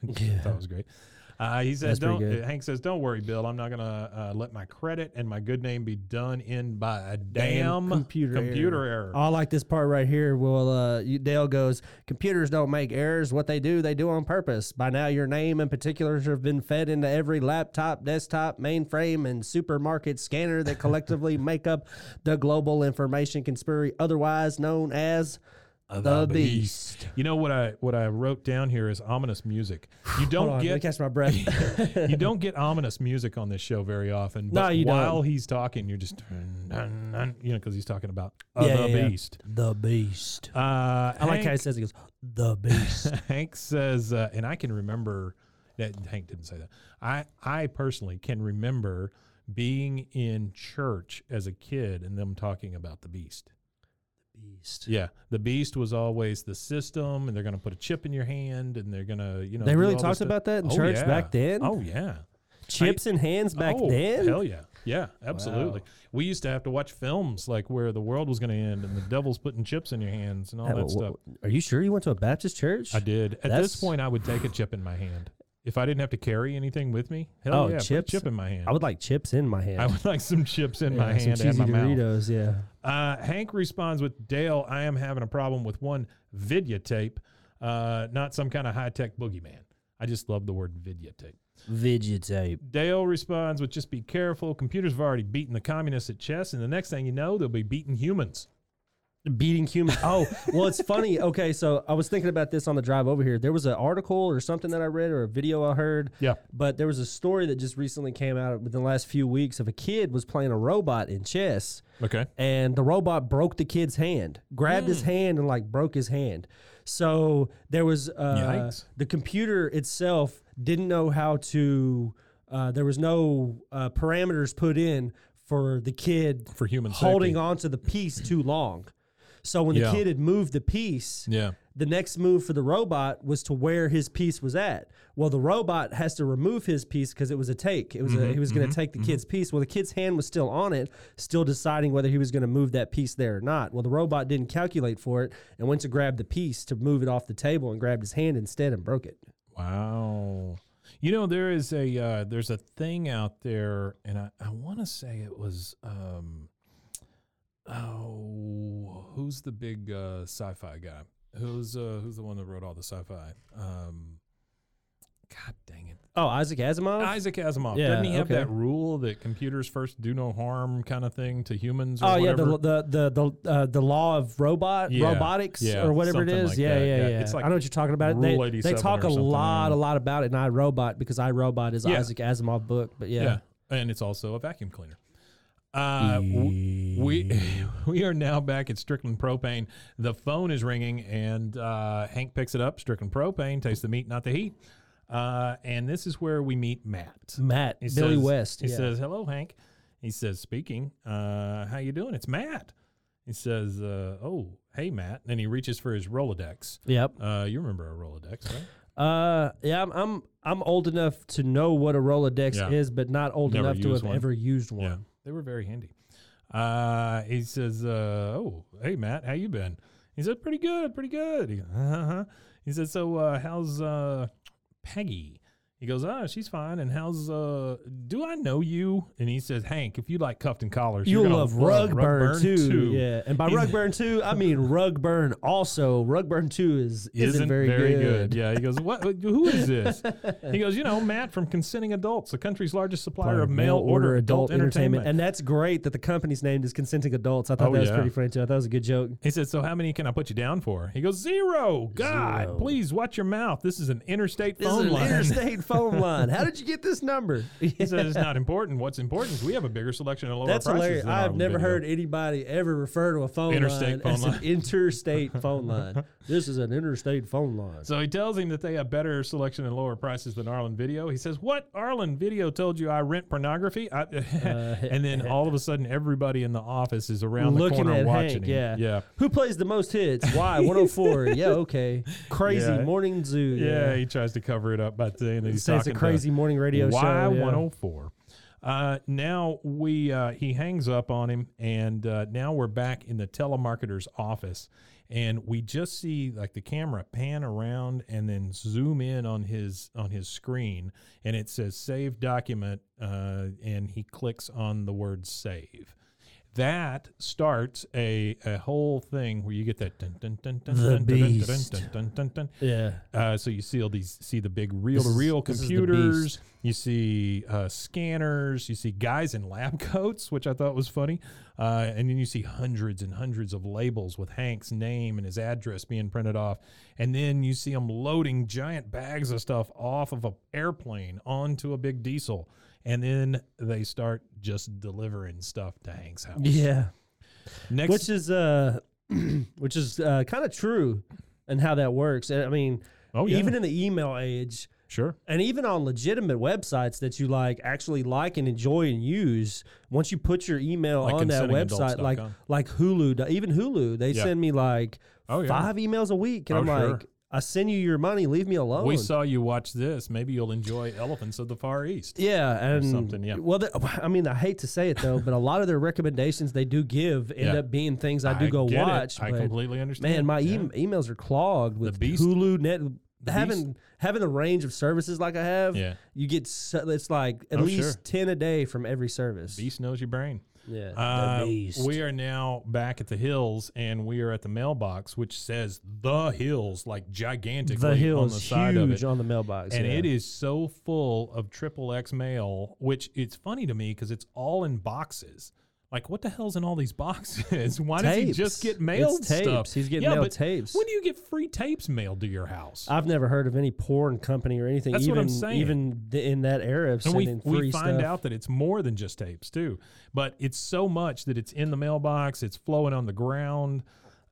Which I thought was great. Uh, he says,
That's pretty
"Don't."
good.
Hank says, "Don't worry, Bill. I'm not gonna uh, let my credit and my good name be done in by a damn,
computer error.
computer error."
I like this part right here. Well, uh, you- Dale goes, computers don't make errors. What they do, they do on purpose. By now, your name in particular have been fed into every laptop, desktop, mainframe, and supermarket scanner that collectively make up the global information conspiracy, otherwise known as the, beast.
You know what I what I wrote down here is ominous music. You
Hold
don't
on, let me
get
catch my breath.
you don't get ominous music on this show very often.
No,
but
you don't.
while he's talking, you're just dun, dun, dun, you know because he's talking about uh,
Yeah,
the
yeah, yeah.
beast.
the beast.
Uh, I
I like how he says he goes, the beast.
Hank says, uh, and I can remember that Hank didn't say that. I I personally can remember being in church as a kid and them talking about the beast.
beast.
Yeah, the beast was always the system, and they're going to put a chip in your hand, and they're going to you know
They
do
really
all this
talked
stuff.
about that in church back then?
Oh yeah,
Chips and hands back
Oh,
then?
Hell yeah, yeah, absolutely. We used to have to watch films like where the world was going to end and the devil's putting chips in your hands and all
Hey,
that
wh-
stuff.
wh- Are you sure you went to a Baptist church?
I did. At
That's-
this point, I would take a chip in my hand if I didn't have to carry anything with me. Hell
Oh,
yeah, put a
chips.
chip in my hand.
I would like chips in my hand.
I would like some chips in my
Yeah,
hand
some
and
cheesy
my mouth.
Doritos. Yeah,
Uh, Hank responds with, "Dale, I am having a problem with one videotape, uh, not some kind of high tech boogeyman." I just love the word videotape.
videotape.
Dale responds with, "Just be careful. Computers have already beaten the communists at chess, and the next thing you know, they'll be beating humans."
Beating humans. Oh, well, it's funny. Okay, so I was thinking about this on the drive over here. There was an article or something that I read or a video I heard.
Yeah.
But there was a story that just recently came out within the last few weeks of a kid was playing a robot in chess.
Okay.
and the robot broke the kid's hand, grabbed his
Hmm.
hand, and like broke his hand. So there was uh,
Yikes.
the computer itself didn't know how to. Uh, there was no uh, parameters put in for the kid
For human
holding
safety.
on to the piece too long. So when
Yeah.
the kid had moved the piece,
Yeah.
the next move for the robot was to where his piece was at. Well, the robot has to remove his piece because it was a take. It was a, he was going to take the kid's piece. Well, the kid's hand was still on it, still deciding whether he was going to move that piece there or not. Well, the robot didn't calculate for it and went to grab the piece to move it off the table and grabbed his hand instead and broke it.
Wow. You know there is a uh, there's a thing out there, and I, I want to say it was um oh who's the big uh, sci-fi guy? Who's uh, who's the one that wrote all the sci-fi? Um, God dang it,
Oh, Isaac Asimov.
Isaac Asimov.
Yeah,
Doesn't he have
okay.
that rule that computers first do no harm kind of thing to humans? Or
Oh yeah,
whatever?
the the the the, uh, the law of robot
Yeah,
robotics
yeah,
or whatever it
something
is.
like
yeah,
that.
yeah,
Yeah,
yeah,
it's like
I know what you're talking about. They,
Rule
they
87
talk
or
a
something,
lot,
yeah.
a lot about it in iRobot because iRobot is
Yeah.
Isaac Asimov book. But yeah,
Yeah. And it's also a vacuum cleaner. Uh, w- we we are now back at Strickland Propane. The phone is ringing, and uh, Hank picks it up. Strickland Propane, taste the meat, not the heat. Uh, and this is where we meet Matt.
Matt
He
Billy
says-
West.
He
yeah.
says, "Hello, Hank." He says, "Speaking. Uh, how you doing? It's Matt." He says, uh, "Oh, hey, Matt." And he reaches for his Rolodex.
"Yep,
Uh, you remember a Rolodex, right?
uh, yeah, I'm, I'm I'm old enough to know what a Rolodex
Yeah.
is, but not old
Never
enough to
used
have
one.
ever used one."
Yeah, they were very handy. Uh, he says, uh, "Oh, hey Matt, how you been?" He said, "Pretty good, pretty good." He, goes, uh-huh. he said, "So uh, how's uh, Peggy?" He goes, "Ah, she's fine." And how's uh, do I know you? And he says, "Hank, if you like cuffed and collars,
You'll
you're gonna
love Rug Burn too. Yeah, and by
He's-
Rug Burn too, I mean Rug Burn. Also, Rug Burn two is isn't, very, good.
Yeah, he goes, "What? Who is this?" he goes, "You know, Matt from Consenting Adults, the country's largest supplier of mail order adult entertainment."
And that's great that the company's named is Consenting Adults. I thought
Oh,
that was
yeah.
pretty funny too. I thought it was a good joke.
He said, "So how many can I put you down for?" He goes, zero. God,
Zero.
please watch your mouth. This is an interstate phone line."
interstate phone line. How did you get this number?
he said, "It's not important. What's important is we have a bigger selection and lower
That's
prices."
hilarious.
than
I've
our
never
video."
heard anybody ever refer to a phone
Interstate
line
phone
as
line.
an interstate phone line. This is an interstate phone line.
So he tells him that they have better selection and lower prices than Arlen Video. He says, "What Arlen Video told you I rent pornography?" I, and then all of a sudden, everybody in the office is around the
Uh, Looking
corner
at
watching.
Hank, yeah.
him. yeah.
Who plays the most hits? Why? 104. yeah, okay. Crazy
Yeah.
morning zoo.
Yeah, he tries to cover it up by saying that
He
he's
says
talking
a crazy
to
morning radio show.
Y
yeah.
one hundred four. Uh, now we uh, he hangs up on him, and uh, now we're back in the telemarketer's office, and we just see like the camera pan around and then zoom in on his on his screen and it says save document uh, and he clicks on the word save that starts a, a whole thing where you get that dun, dun, dun, dun,
The
dun, dun, dun, dun,
beast.
dun, dun, dun, dun.
Yeah.
Uh, so you see all these, see the big reel-to-reel
This is- this is the
computers. You see uh, scanners. You see guys in lab coats, which I thought was funny. Uh, and then you see hundreds and hundreds of labels with Hank's name and his address being printed off. And then you see them loading giant bags of stuff off of an airplane onto a big diesel. And then they start just delivering stuff to Hank's house.
Yeah.
Next,
Which is uh which is uh kind of true and how that works. And I mean,
oh yeah,
even in the email age,
sure,
and even on legitimate websites that you like actually like and enjoy and use once you put your email
Like
on that website
consentingadults.com.
like like hulu do- even hulu they
Yeah.
send me like
Oh, yeah.
five emails a week and
Oh,
i'm
sure.
like i send you your money leave me alone
we saw you watch this. Maybe you'll enjoy Elephants of the Far East.
yeah and
something, yeah.
well the, i mean i hate to say it though but a lot of their recommendations they do give end
Yeah.
up being things i do go
get it.
watch
I
but
completely understand.
man my
Yeah.
em- emails are clogged with
beast-
hulu net
the
having having the range of services like i have
Yeah.
you get so, it's like at
Oh,
least
sure.
10 a day from every service
beast knows your brain.
yeah
Uh, we are now back at the hills, and we are at the mailbox, which says the hills like gigantically
the hill
on the
is
side of
huge
it.
on the mailbox
and
yeah.
it is so full of triple X mail, which it's funny to me because it's all in boxes. Like, what the hell's in all these boxes? Why does he just
Tapes.
get
It's
mailed stuff?
tapes. He's getting mailed
but
tapes.
When do you get free tapes mailed to your house?
I've never heard of any porn company or anything.
That's
even,
what I'm saying.
Even th- in that era of
and we,
sending free
we find
stuff.
out that it's more than just tapes too but it's so much that it's in the mailbox it's flowing on the ground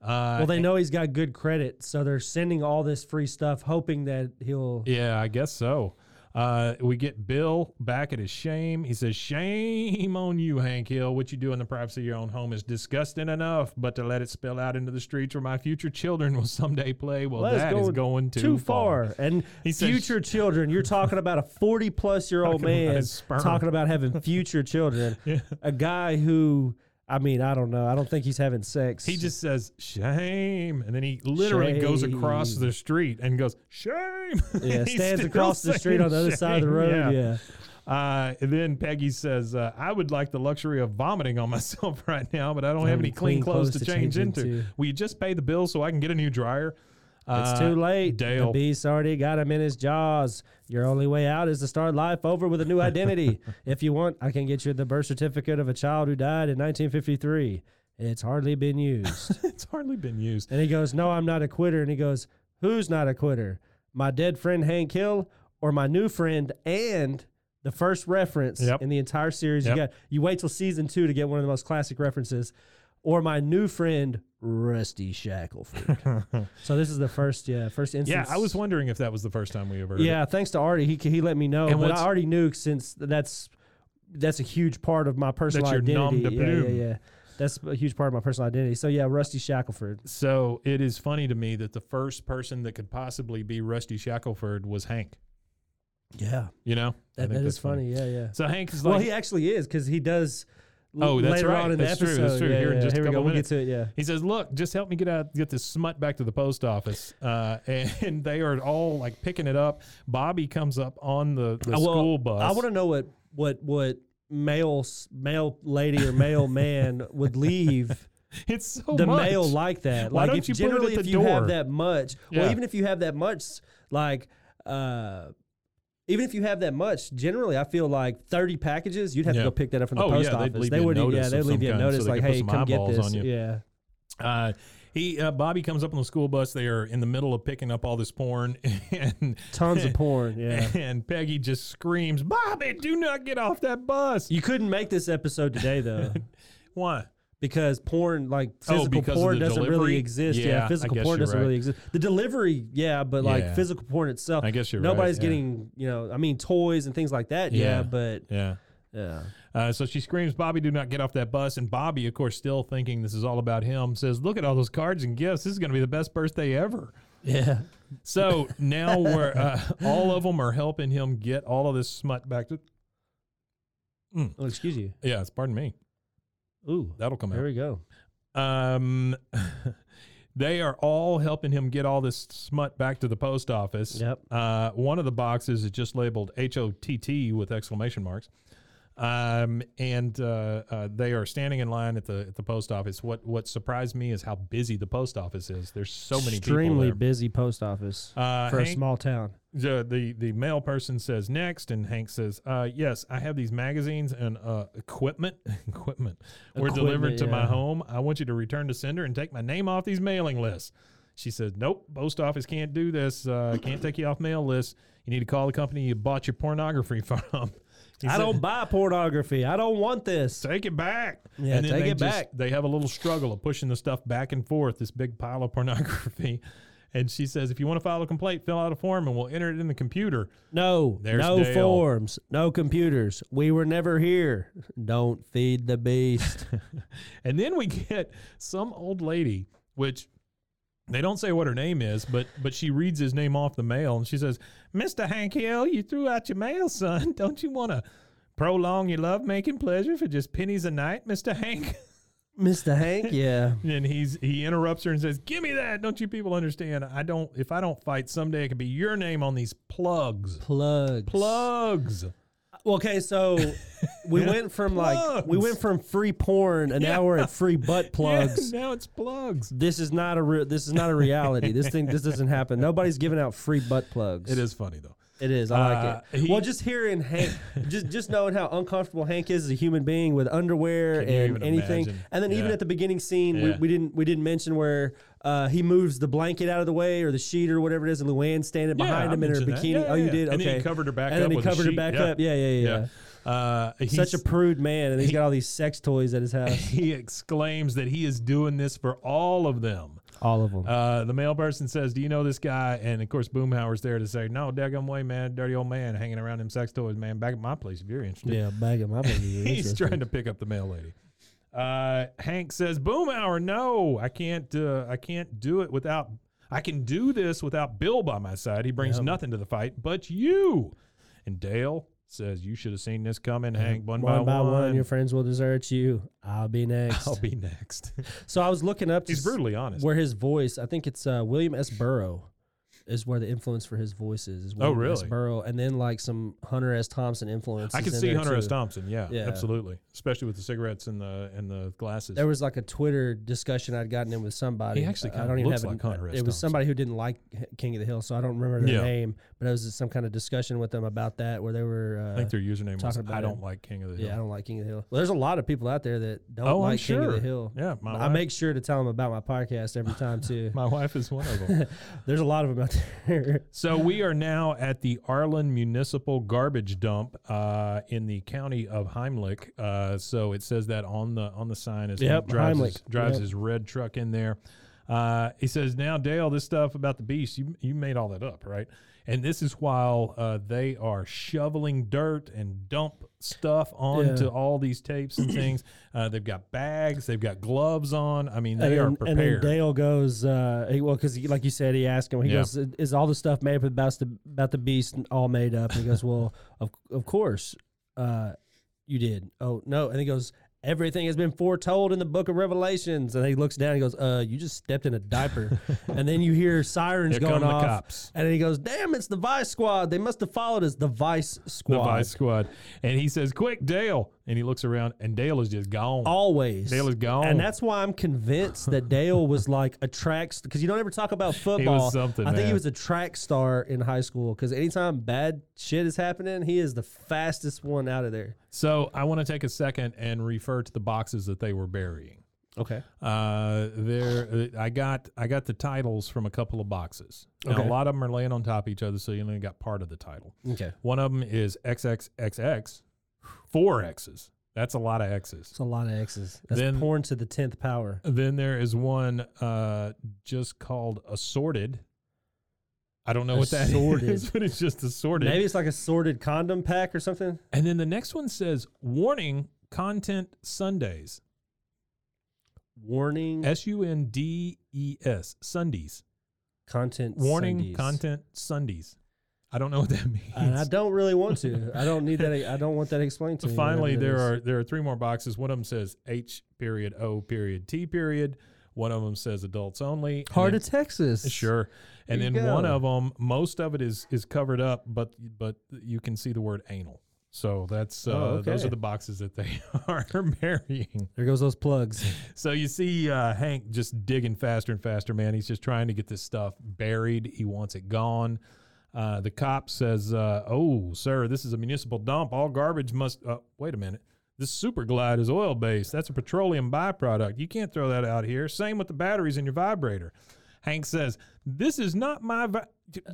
uh,
Well, they know he's got good credit, so they're sending all this free stuff, hoping that he'll.
yeah i guess so uh, we get bill back at his shame he says shame on you hank hill what you do in the privacy of your own home is disgusting enough but to let it spill out into the streets where my future children will someday play well
That's
that is going too,
far. And
He says-
future children, you're talking about a 40 plus year old
Talking about
man
his sperm.
talking about having future children. A guy who, I mean, I don't know. I don't think he's having sex.
He just says shame, and then he literally goes across
Shame.
the street and goes shame.
yeah,
He's
stands
still
across the street on the other
saying
side of the road.
shame,
Yeah.
Uh, and then Peggy says, uh, "I would like the luxury of vomiting on myself right now, but I don't have any clean, clothes, to, change, into. Will you just pay the bill so I can get a new dryer?"
It's
Uh,
too late. The
Dale.
beast already got him in his jaws. Your only way out is to start life over with a new identity. if you want, I can get you the birth certificate of a child who died in 1953. It's hardly been used.
it's hardly been used.
And he goes, No, I'm not a quitter. And he goes, Who's not a quitter? My dead friend Hank Hill or my new friend and the first reference
Yep.
in the entire series. You
Yep.
got you wait till season two to get one of the most classic references. Or my new friend Rusty Shackleford. so this is the first, yeah, first
Yeah,
instance.
I was wondering if that was the first time we ever. Heard
Yeah, thanks to Artie, he he let me know,
And
but I
what's-
already knew since that's that's a huge part of my personal
your nom
identity.
de
yeah,
plume.
yeah, yeah, that's a huge part of my personal identity. So yeah, Rusty Shackleford.
It. So it is funny to me that the first person that could possibly be Rusty Shackleford was Hank.
Yeah,
You know, I
That,
think
that
that's
is funny. Yeah, yeah.
So Hank is like,
well, he actually is because he does. l-
Oh, that's
later
right.
on in the
That's true.
episode.
That's true.
Yeah,
Here in
yeah.
just a
Here we go.
couple
We'll get
minutes.
to it. Yeah.
He says, "Look, just help me get out, get this smut back to the post office." Uh, and they are all like picking it up. Bobby comes up on the, the
I- Uh, well,
school bus.
I want to know what what what male s- male lady or male man would leave
It's so
the
much.
mail like that.
Why
like
don't
if
you put it
generally
at
if
the
you have
door?
that much, well,
Yeah.
even if you have that much, like uh, even if you have that much, generally I feel like thirty packages, you'd have
Yeah.
to go pick that up from the
Oh,
post
yeah, they'd
office.
leave
they
you a
would,
notice
yeah,
of
they'd
some
leave you a
kind so
notice
they
like,
could put
hey,
some
come get
eyeballs
this.
on you.
Yeah.
Uh, he uh, Bobby comes up on the school bus. They are in the middle of picking up all this porn, and
Tons of porn. Yeah.
and Peggy just screams, "Bobby, do not get off that bus!"
You couldn't make this episode today though,
Why?
because porn, like
Oh,
physical
because of
porn,
the
doesn't
delivery?
really exist. Yeah,
Yeah, I
physical
guess
porn
you're
doesn't
right.
really exist. The delivery, yeah, but like
Yeah.
physical porn itself,
I guess you're right,
nobody's
yeah.
getting, you know, I mean, toys and things like that. Yeah,
Yeah.
but
Yeah.
yeah,
Uh, so she screams, Bobby, do not get off that bus. And Bobby, of course, still thinking this is all about him, says, Look at all those cards and gifts. This is going to be the best birthday ever.
yeah.
So now we're, uh, all of them are helping him get all of this smut back to.
Oh, excuse you.
Yeah, it's- pardon me.
Ooh,
That'll come
there
out.
we go.
Um, They are all helping him get all this smut back to the post office.
Yep.
Uh, one of the boxes is just labeled H O T T with exclamation marks. Um, and uh, uh, they are standing in line at the at the post office. What what surprised me is how busy the post office is. There's so many
extremely
people there.
busy post office
Uh,
for a
Hank-
small town.
the the the male person says next, and Hank says, uh, "Yes, I have these magazines and uh, equipment. equipment were delivered
Equipment,
to my
yeah.
home. I want you to return to sender and take my name off these mailing lists." She says, "Nope, post office can't do this. Uh, can't take you off mail lists. You need to call the company you bought your pornography from." He
I
said,
don't buy pornography. I don't want this.
Take it back.
Yeah,
then
take
they
it back.
They have a little struggle of pushing the stuff back and forth, this big pile of pornography. And she says, if you want to file a complaint, fill out a form and we'll enter it in the computer.
No,
There's
no
Dale.
forms, no computers. We were never here. Don't feed the beast.
And then we get some old lady, which they don't say what her name is, but but she reads his name off the mail and she says, Mr. Hank Hill, you threw out your mail, son. Don't you want to prolong your love making pleasure for just pennies a night, Mr. Hank?
Mr. Hank, yeah.
And he's he interrupts her and says, "Give me that! Don't you people understand? I don't. If I don't fight someday, it could be your name on these plugs,
Plugs.
plugs.
Well, okay, so we went from like we
Plugs.
went from free porn an hour and free butt plugs.
Yeah, now it's plugs.
This is not a re- this is not a reality. this thing this doesn't happen. Nobody's giving out free butt plugs.
It is funny though.
It is. I like
Uh,
it.
he-
well, just hearing Hank, just just knowing how uncomfortable Hank is as a human being with underwear
Can you
and
even
anything,
imagine?
and then even
Yeah.
at the beginning scene, we,
Yeah.
we didn't we didn't mention where uh, he moves the blanket out of the way or the sheet or whatever it is, and Luann standing
Yeah,
behind
I
him in her
mentioned that.
bikini.
Yeah,
oh, you
yeah.
did.
And
okay.
then he covered her back
and
up
then he
with a
covered her
sheet.
back
Yeah.
up. Yeah, yeah, yeah. yeah.
Uh, he's,
Such a prude man, and he's got all these sex toys at his house.
he exclaims that he is doing this for all of them.
All of them.
Uh, the male person says, "Do you know this guy?" And of course, Boomhauer's there to say, "No, daggum way, man, dirty old man, hanging around them sex toys, man. Back at my place if you're interested."
yeah, bag him up.
He's trying to pick up the mail lady. Uh, Hank says, "Boom hour, no, I can't. Uh, I can't do it without. I can do this without Bill by my side. He brings nothing to the fight, but you." And Dale says, "You should have seen this coming, Hank. One,
One
by, one,
your friends will desert you. I'll be next.
I'll be next."
So I was looking up. to
He's
s-
brutally honest.
Where his voice, I think it's uh, William S. Burrow, is where the influence for his voice is. is
Oh,
William S.
really?
Burrow, and then like some Hunter S. Thompson influence.
I
is
can
in
see
there,
Hunter S.
too.
Thompson. Yeah,
Yeah.
absolutely. Especially with the cigarettes and the and the glasses.
There was like a Twitter discussion I'd gotten in with somebody.
He actually
I
kinda
don't even
looks
have
like Hunter
It
S.
was
Thompson.
somebody who didn't like H- King of the Hill, so I don't remember their
Yeah.
name. But it was some kind of discussion with them about that, where they were. Uh,
I think their username was
talking about
"I don't
him.
like King of the Hill."
yeah, I don't like King of the Hill. Well, there's a lot of people out there that don't
Oh, I'm
like King of the
sure.
Hill.
Yeah, my
I
wife-
make sure to tell them about my podcast every time too.
My wife is one of them.
there's a lot of them out there.
So we are now at the Arlen Municipal Garbage Dump uh, in the county of Heimlich. Uh, so it says that on the on the sign as
Yep,
he drives, his,
Heimlich.
drives
Yep.
his red truck in there. Uh, he says, "Now, Dale, this stuff about the beast, you you made all that up, right?" And this is while uh, they are shoveling dirt and dump stuff onto
Yeah.
all these tapes and things. Uh, they've got bags, they've got gloves on. I mean,
and
they
then,
are
and then
prepared.
Dale goes, uh, he, well, because like you said, he asked him. He
Yeah.
goes, "Is all the stuff made up about the about the beast and all made up?" And he goes, "Well, of of course, uh, you did." Oh no! And he goes, "Everything has been foretold in the Book of Revelations." And he looks down. and He goes, "Uh, you just stepped in a diaper." and then you hear sirens
Here
going
come the
off.
cops.
And then he goes, "Damn! It's the Vice Squad. They must have followed us. The Vice Squad.
the vice squad. And he says, Quick, Dale. And he looks around and Dale is just gone.
Oh. Always.
Dale is gone.
And that's why I'm convinced that Dale was like a track because you don't ever talk about football.
something,
I think he
man.
was a track star in high school because anytime bad shit is happening, he is the fastest one out of there.
so I want to take a second and refer to the boxes that they were burying.
Okay.
Uh, there, I got I got the titles from a couple of boxes. Now,
Okay.
a lot of them are laying on top of each other, so you only got part of the title.
Okay.
One of them is XXXX, four X's. That's a lot of X's.
It's a lot of X's. That's
Then-
porn to the tenth power.
Then there is one uh, just called assorted. I don't know what that is,
Assorted.
but it's just assorted.
Maybe it's like a sorted condom pack or something.
And then the next one says, "Warning: Content Sundays."
Warning
S U N D E S Sundays.
content.
Warning:
Sundays.
Content Sundays. I don't know what that means.
And I don't really want to. I don't need that. I don't want that explained to me. whatever
Finally,
it
there
is.
are there are three more boxes. One of them says H period O period T period. One of them says adults only. and
Heart
then-
of Texas.
Sure. And
There
then
you
one
go.
of them, most of it is is covered up, but but you can see the word anal. So that's uh,
Oh,
those
okay.
are the boxes that they are marrying.
There goes those plugs.
So you see uh, Hank just digging faster and faster, man. He's just trying to get this stuff buried. He wants it gone. Uh, the cop says, uh, "Oh, sir, this is a municipal dump. All garbage must." Uh, wait a minute. This super glide is oil based. That's a petroleum byproduct. You can't throw that out here. Same with the batteries in your vibrator. Hank says, "This is not my. Vi-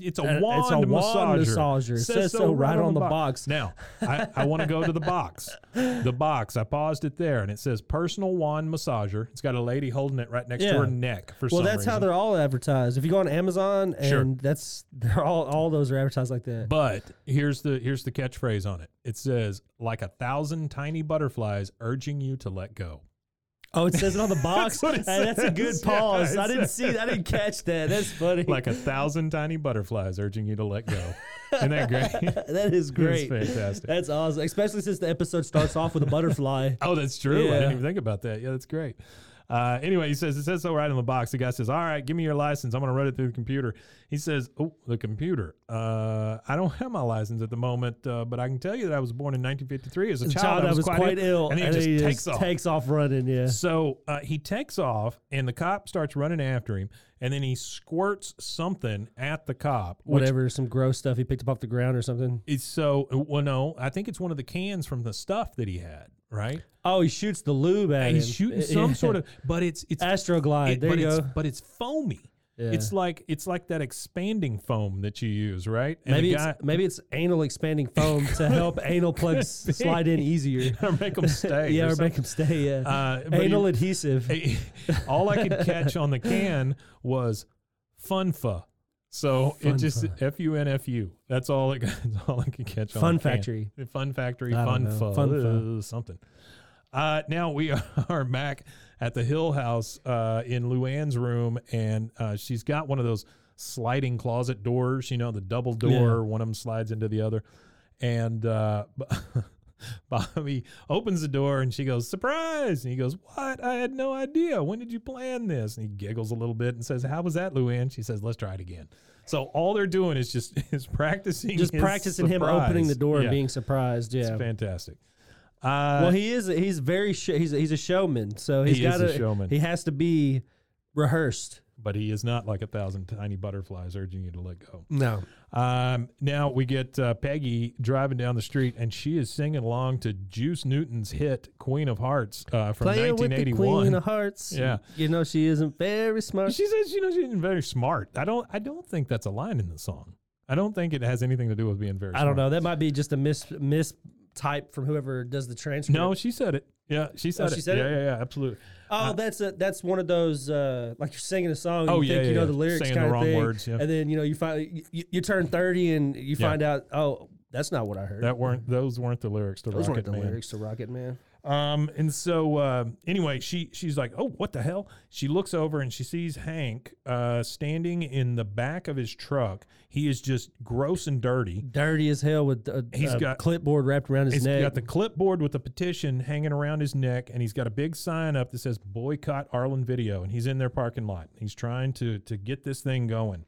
it's a
Uh, it's a wand
wand massager.
massager. It says so right on the box.
Now, I, I want to go to the box. The box. I paused it there, and it says personal wand massager. It's got a lady holding it right next
Yeah.
to her neck. For
well,
some
that's how
reason.
they're all advertised. If you go on Amazon, and
Sure.
that's they're all all those are advertised like that.
But here's the here's the catchphrase on it. It says, "Like a thousand tiny butterflies urging you to let go."
oh, it says it on the box.
what it
Hey, that's a good
says. Yeah,
pause.
it
I didn't
says.
see. I didn't catch that. That's funny.
Like a thousand tiny butterflies urging you to let go. Isn't that great?
that is great.
fantastic.
That's awesome, especially since the episode starts off with a butterfly.
Oh, that's true. I
Yeah.
didn't even think about that. Yeah, that's great. Uh, anyway, he says, it says so right on the box. The guy says, All right, give me your license. I'm going to run it through the computer. He says, Oh, the computer. Uh, I don't have my license at the moment, uh, but I can tell you that I was born in 1953 as a
The
child.
child
I
that was quite, ill,
And he just takes off.
takes off running. Yeah,
So uh, he takes off, and the cop starts running after him, and then he squirts something at the cop. which
whatever, some gross stuff he picked up off the ground or something.
is so, well, no, I think it's one of the cans from the stuff that he had, right?
Oh, he shoots the lube at
And
him.
he's shooting
Yeah.
some sort of, but it's it's
astroglide.
It-
there
but
you
it's
go.
but it's foamy.
Yeah.
It's like it's like that expanding foam that you use, right? And
Maybe
the guy
it's, maybe it's anal expanding foam to help anal plugs slide in easier.
or make them stay.
yeah, or make
something.
them stay. Yeah,
Uh, but
anal
he-
adhesive.
all I could catch on the can was funfa. So it just F U N F U. That's all it that's all I could catch on
Fun
the can.
Factory.
The Fun Factory,
I don't
Fun
know.
Fun
Funfa.
uh, something. Uh, now we are back at the Hill House uh, in Luann's room, and uh, she's got one of those sliding closet doors. You know, the double door.
Yeah.
One of them slides into the other, and uh, Bobby opens the door, and she goes, "Surprise!" And he goes, "What? I had no idea. When did you plan this?" And he giggles a little bit and says, "How was that, Luann?" She says, "Let's try it again." So all they're doing is just is practicing,
Just
his
practicing him
surprise.
opening the door
Yeah.
and being surprised.
It's
Yeah.
fantastic. Uh,
Well, he is. He's very. Sh- he's a, he's a showman. So he's
He is
got
a showman.
He has to be rehearsed.
but he is not like a thousand tiny butterflies urging you to let go.
No.
Um, now we get uh, Peggy driving down the street, and she is singing along to Juice Newton's hit "Queen of Hearts" uh, from
Playing with the
1981.
Queen of Hearts.
Yeah.
You know she isn't very smart.
She says, you know, she's very smart. I don't, I don't think that's a line in the song. I don't think it has anything to do with being very.
I don't
smart.
know. That might be just a mis mis type from whoever does the transcript.
No, she said it. Yeah, she said
Oh, she
it.
said
yeah,
it?
yeah, yeah, absolutely.
Oh, that's a, that's one of those uh, like you're singing a song.
Uh, Oh,
you
yeah,
think you
yeah,
know the
yeah.
lyrics,
Saying the
kind of
wrong
thing,
words, yeah.
and then you know you finally you, you turn thirty and you
Yeah.
find out oh that's not what I heard.
That weren't those weren't the lyrics to
Those
Rocket
weren't the
Man.
lyrics to Rocket Man.
Um, and so uh, anyway, she she's like, "Oh, what the hell?" She looks over and she sees Hank uh, standing in the back of his truck. He is just gross and dirty.
Dirty as hell with a,
He's
a
got-
clipboard wrapped around his
He's
neck.
got the clipboard with the petition hanging around his neck, and he's got a big sign up that says "Boycott Arlen Video," and he's in their parking lot. He's trying to to get this thing going.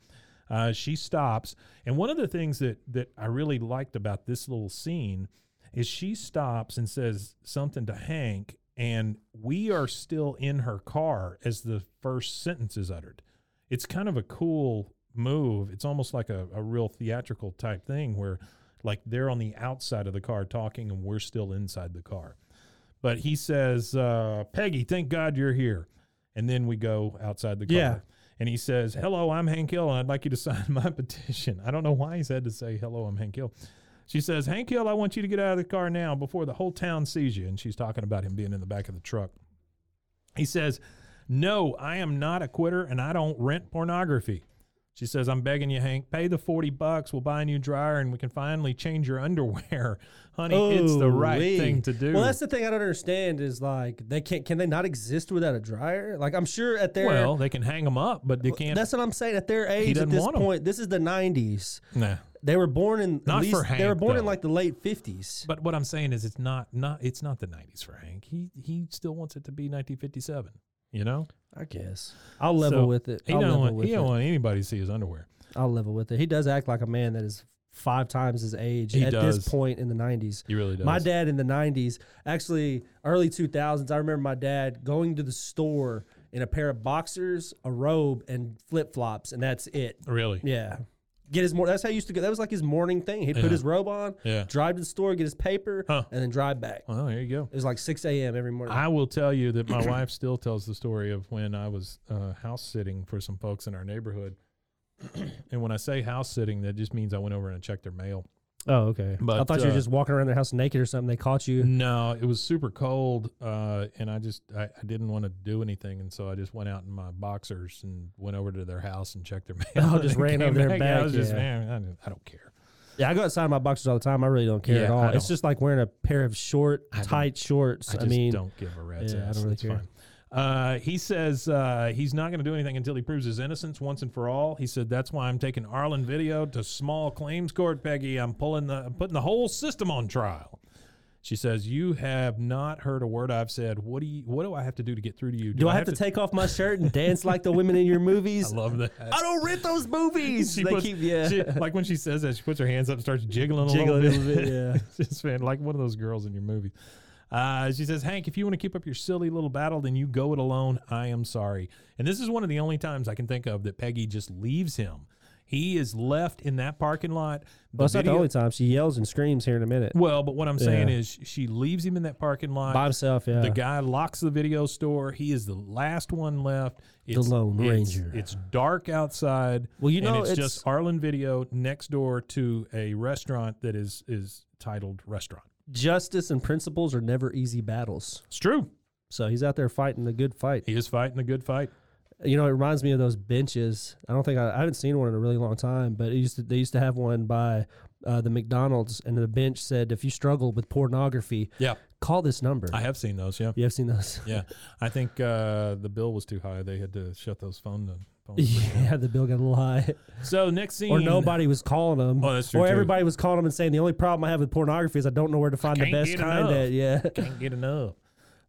Uh, she stops, and one of the things that that I really liked about this little scene is she stops and says something to Hank, and we are still in her car as the first sentence is uttered. It's kind of a cool move. It's almost like a, a real theatrical type thing where like they're on the outside of the car talking and we're still inside the car. But he says, uh, Peggy, thank God you're here. And then we go outside the car.
Yeah.
And he says, Hello, I'm Hank Hill, and I'd like you to sign my petition. I don't know why he's had to say, Hello, I'm Hank Hill. She says, Hank Hill, I want you to get out of the car now before the whole town sees you. And she's talking about him being in the back of the truck. He says, No, I am not a quitter and I don't rent pornography. She says, I'm begging you, Hank, pay the 40 bucks. We'll buy a new dryer and we can finally change your underwear. Honey, it's the right
Ooh-wee.
thing to do.
Well, that's the thing I don't understand is like they can't can they not exist without a dryer? Like I'm sure at their
well, they can hang them up, but they can't.
that's what I'm saying at their age
doesn't
at this
want 'em.
point. This is the 90s.
nah.
They were born in at
Not
least,
for
they were
Hank,
born in
though.
like the late 50s.
But what I'm saying is, it's not not it's not the 90s for Hank. He he still wants it to be 1957. You know,
I guess. I'll level
So,
with it.
he
I'll
don't
level
want,
with
he
it.
don't want anybody to see his underwear.
I'll level with it. He does act like a man that is five times his age
He
at
does.
this point in the 90s.
He really does.
My dad in the 90s, actually early 2000s, I remember my dad going to the store in a pair of boxers, a robe, and flip flops, and that's it.
really.
Yeah. Get his more. That's how he used to go. That was like his morning thing. He'd
Yeah.
put his robe on,
Yeah.
drive to the store, get his paper,
Huh.
and then drive back.
Well, there you go.
It was like 6 a.m. every morning.
I will tell you that my wife still tells the story of when I was uh, house sitting for some folks in our neighborhood. and when I say house sitting, that just means I went over and I checked their mail.
oh, okay.
But,
I thought you
uh,
were just walking around their house naked or something. They caught you.
No, it was super cold, uh, and I just I, I didn't want to do anything, and so I just went out in my boxers and went over to their house and checked their mail.
Oh, just
and
ran
came
over there
back. Yeah, I
back,
was just
yeah.
man, I, don't- I don't care.
Yeah, I go outside my boxers all the time. I really don't care
Yeah,
at
I
all. It's
don't.
just like wearing a pair of short,
I don't-
tight shorts. I,
I just
mean,
don't give a rat's
yeah, I
ass.
don't really
It's
care.
fine. Uh, he says uh, he's not going to do anything until he proves his innocence once and for all. He said that's why I'm taking Arlen video to small claims court, Peggy. I'm pulling the I'm putting the whole system on trial. She says you have not heard a word I've said. What do you? What do I have to do to get through to you?
do, I have to, take off my shirt and dance like the women in your movies?
I love that.
I don't rent those movies.
She
they
puts-
keep yeah,
she- like when she says that, she puts her hands up and starts jiggling a
jiggling a
little bit.
little bit. Yeah.
Just fan, like one of those girls in your movie. Uh, she says, Hank, if you want to keep up your silly little battle, then you go it alone. I am sorry. And this is one of the only times I can think of that Peggy just leaves him. He is left in that parking lot. The
Well, it's not the
video-
only time she yells and screams here in a minute
well, but what I'm saying
Yeah.
is she leaves him in that parking lot.
by himself. Yeah,
The guy locks the video store. He is the last one left. It's,
Lone
it's-
Ranger.
It's dark outside.
Well, you
and
know,
it's,
it's-
just Arlen Video next door to a restaurant that is is titled Restaurant.
justice and principles are never easy battles.
It's true.
So he's out there fighting the good fight.
He is fighting a good fight.
You know, it reminds me of those benches. I don't think I, I haven't seen one in a really long time, but it used to, they used to have one by uh, the McDonald's, and the bench said, "If you struggle with pornography,
Yeah,
call this number."
I have seen those. Yeah,
you have seen those?
yeah. I think uh, the bill was too high. They had to shut those phone. phones.
yeah, the bill got a little high,
so next scene,
or nobody was calling them.
Oh, that's true,
Or
too.
everybody was calling them and saying, "The only problem I have with pornography is I don't know where to find the
can't
best
get
kind."
enough."
At. Yeah,
can't get enough.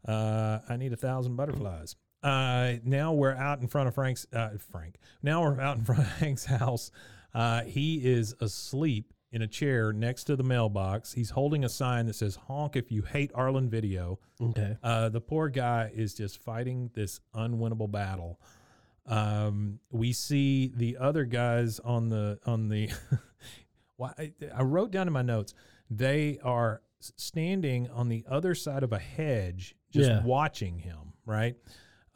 Uh, I need a thousand butterflies. Uh, now we're out in front of Frank's. Uh, Frank. Now we're out in front of Hank's house. Uh, he is asleep in a chair next to the mailbox. He's holding a sign that says "Honk if you hate Arlen Video."
okay.
Uh, the poor guy is just fighting this unwinnable battle. Um, we see the other guys on the on the. why I, I wrote down in my notes they are s- standing on the other side of a hedge, just
Yeah.
watching him. Right.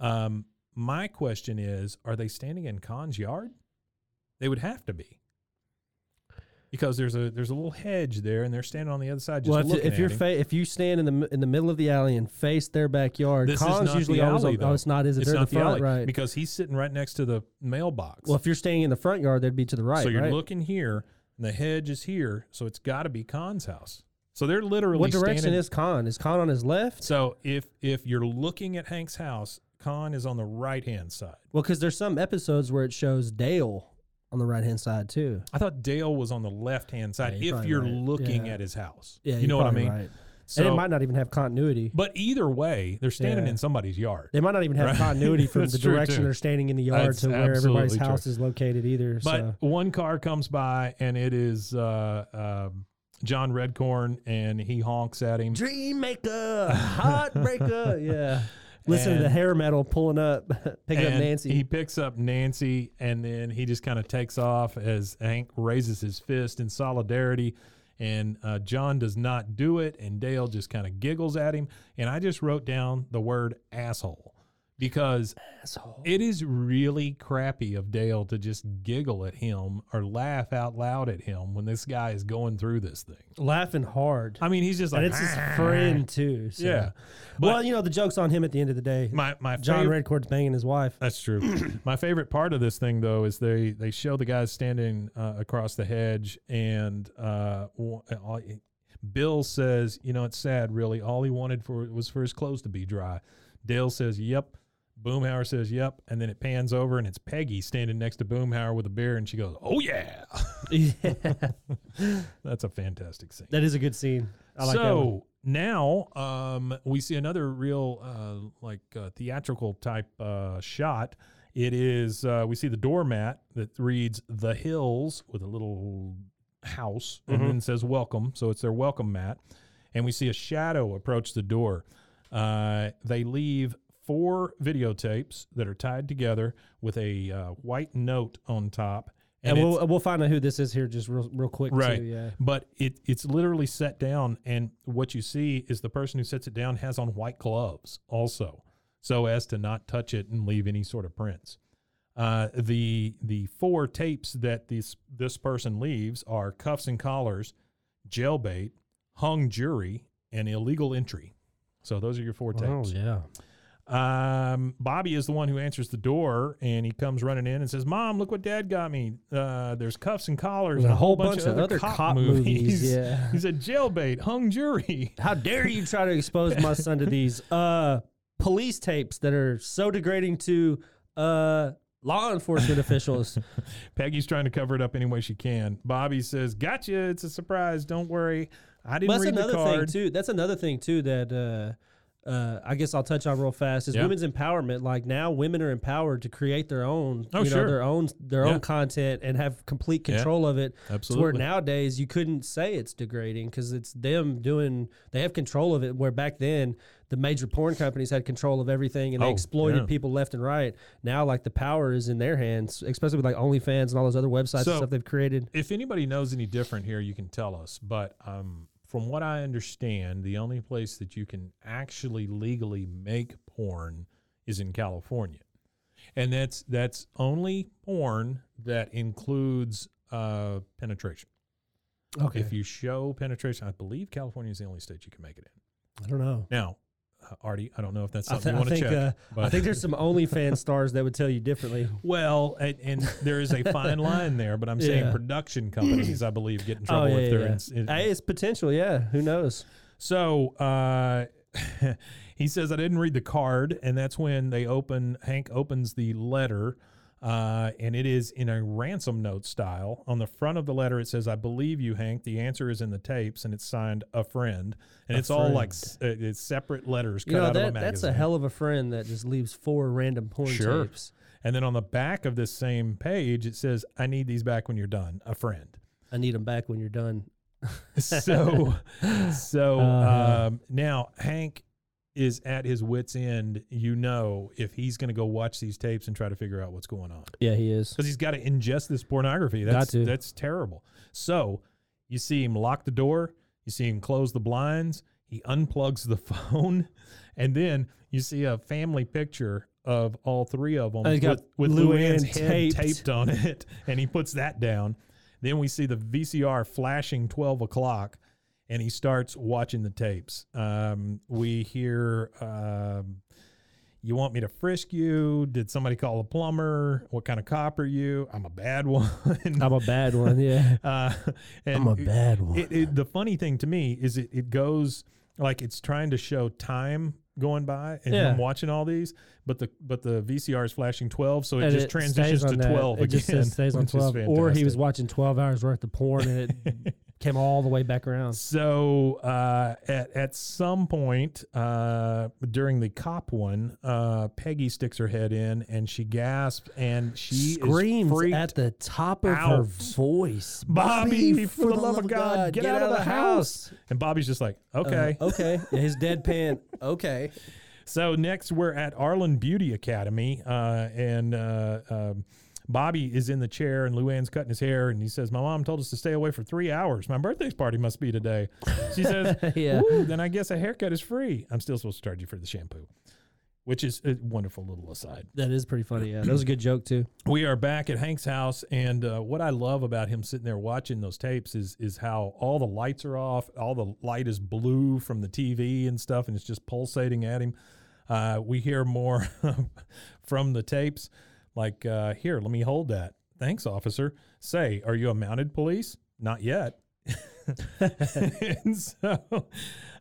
Um, my question is: Are they standing in Khan's yard? They would have to be. Because there's a there's a little hedge there, and they're standing on the other side. Just
well, if,
looking
if
at
you're
him.
fa- if you stand in the mi- in the middle of the alley and face their backyard,
This is
Collins
not
usually
the
always
alley,
on- oh,
though.
it's not is it
It's
they're in
not
the front
alley
right?
because he's sitting right next to the mailbox.
well, if you're staying in the front yard, they'd be to the right.
so you're
right?
looking here, and the hedge is here, so it's got to be Khan's house. So they're literally
What direction
standing-
is Con? Is Con on his left?
So if if you're looking at Hank's house, Khan is on the right hand side.
Well, because there's some episodes where it shows Dale on the right hand side too.
I thought Dale was on the left hand side.
Yeah, you're
if
probably
you're
right.
looking
Yeah.
at his house,
Yeah,
you
you're
know what I
probably
mean.
right.
So,
and it might not even have continuity.
but either way, they're standing
Yeah.
in somebody's yard.
They might not even have
Right.
continuity from
That's
the
true,
direction
too.
they're standing in the yard
That's
to where everybody's
absolutely true.
house is located either.
But
so
one car comes by and it is uh, um John Redcorn, and he honks at him.
Dream Maker, Heartbreaker, yeah. Listen to the
And-
hair metal pulling up, picking up
and
Nancy.
He picks up Nancy, and then he just kind of takes off as Hank raises his fist in solidarity. And uh, John does not do it, and Dale just kind of giggles at him. And I just wrote down the word asshole because
Asshole.
it is really crappy of Dale to just giggle at him or laugh out loud at him when this guy is going through this thing.
laughing hard.
I mean, he's just like,
and it's his
"Ah."
friend too. So.
yeah. But
well, you know the joke's on him at the end of the day.
my my
John
favorite-
Redcorn's banging his wife.
That's true. My favorite part of this thing, though, is they they show the guys standing uh, across the hedge, and uh, wa- all- Bill says, "You know, it's sad, really. All he wanted for was for his clothes to be dry." Dale says, "Yep." Boomhauer says, "Yep," and then it pans over, and it's Peggy standing next to Boomhauer with a beer, and she goes, "Oh yeah."
Yeah.
That's a fantastic scene.
that is a good scene. I like that. one.
so now um, we see another real uh, like uh, theatrical type uh, shot. It is uh, we see the doormat that reads "The Hills" with a little house
Mm-hmm.
and then says "Welcome," so it's their welcome mat. And we see a shadow approach the door. Uh, they leave four videotapes that are tied together with a uh, white note on top.
And,
it's-
we'll we'll find out who this is here just real real quick.
right
Too, yeah.
but it it's literally set down and what you see is the person who sets it down has on white gloves also so as to not touch it and leave any sort of prints uh, the the four tapes that this this person leaves are cuffs and collars jailbait hung jury and illegal entry so those are your four tapes
Oh yeah.
um, Bobby is the one who answers the door, and he comes running in and says, "Mom, look what Dad got me. Uh, there's cuffs and collars, and a whole bunch, of other cop, movies.
Yeah.
He said, "Jailbait, hung jury."
How dare you try to expose my son to these uh, police tapes that are so degrading to uh, law enforcement officials?
Peggy's trying to cover it up any way she can. Bobby says, "Gotcha. It's a surprise. Don't worry. I didn't
Well, that's
read the
another thing
card."
too. That's another thing too that uh, uh, I guess I'll touch on real fast is
Yeah.
women's empowerment. Like now, women are empowered to create their own,
Oh,
you know,
sure.
their own their
Yeah.
own content and have complete control of it. To where
absolutely.
nowadays you couldn't say it's degrading because it's them doing. They have control of it. Where back then the major porn companies had control of everything and they
Oh,
exploited
yeah.
people left and right. Now, like the power is in their hands, especially with like OnlyFans and all those other websites
So-
and stuff they've created.
If anybody knows any different here, you can tell us. But um, from what I understand, the only place that you can actually legally make porn is in California, and that's that's only porn that includes uh, penetration.
Okay,
If you show penetration, I believe California is the only state you can make it in.
I don't know.
Now, uh, Artie, I don't know if that's
I, thi-
something you
I
want to
think
check.
uh, I
but-
think there's some OnlyFans stars that would tell you differently.
well, and, and there is a fine line there, but I'm saying
Yeah. Oh,
production companies, I believe, get in trouble if they're in, in,
hey, it's potential. Yeah, who knows?
So uh, he says, I didn't read the card. And that's when they open, Hank opens the letter. Uh, and it is in a ransom note style. On the front of the letter, it says, I believe you, Hank. The answer is in the tapes. And it's signed a friend. And
A
it's all like
friend.
s- uh, it's separate letters cut
You know
out of a
that,
magazine.
that's a hell of a friend that just leaves four random porn
Sure.
tapes.
And then on the back of this same page, it says, I need these back when you're done. A friend.
I need them back when you're done.
so so
Uh-huh.
um, now Hank is at his wits end. You know if he's going to go watch these tapes and try to figure out what's going on
Yeah, he is.
because he's got to ingest this pornography. That's
to.
that's terrible. So you see him lock the door. You see him close the blinds. He unplugs the phone, and then you see a family picture of all three of them
Oh, he's got
with, with
Luann
Luann's head
taped.
taped on it, and he puts that down. Then we see the VCR flashing twelve o'clock, and he starts watching the tapes. Um, we hear. Um, you want me to frisk you? Did somebody call a plumber? What kind of cop are you? I'm a bad one.
I'm a bad one. Yeah,
uh, and
I'm a
it-
bad one.
It, it, the funny thing to me is it, it goes like it's trying to show time going by and
Yeah.
I'm watching all these, but the but the VCR is flashing 12, so it
And
just
stays
transitions to
on that.
12
It
again.
just says stays on
which is
twelve, or he was
fantastic.
watching twelve hours worth of porn and it came all the way back around.
So uh, at at some point uh, during the cop one, uh, Peggy sticks her head in and she gasps and she is
Screams
freaked
at the top of her
out.
voice.
Bobby, for the love of God, get, out, of the house. And Bobby's just like, okay.
Uh, okay. His deadpan. Okay.
So next we're at Arlen Beauty Academy, uh, and uh, um, Bobby is in the chair, and Luann's cutting his hair, and he says, "My mom told us to stay away for three hours. My birthday's party must be today." She says,
Yeah.
"Ooh, then I guess a haircut is free. I'm still supposed to charge you for the shampoo." Which is a wonderful little aside.
That is pretty funny. Yeah, that was a good joke too.
We are back at Hank's house, and uh, what I love about him sitting there watching those tapes is is how all the lights are off, all the light is blue from the TV and stuff, and it's just pulsating at him. Uh, we hear more from the tapes, like uh, "Here, let me hold that." Thanks, officer. Say, are you a mounted police? Not yet. and so,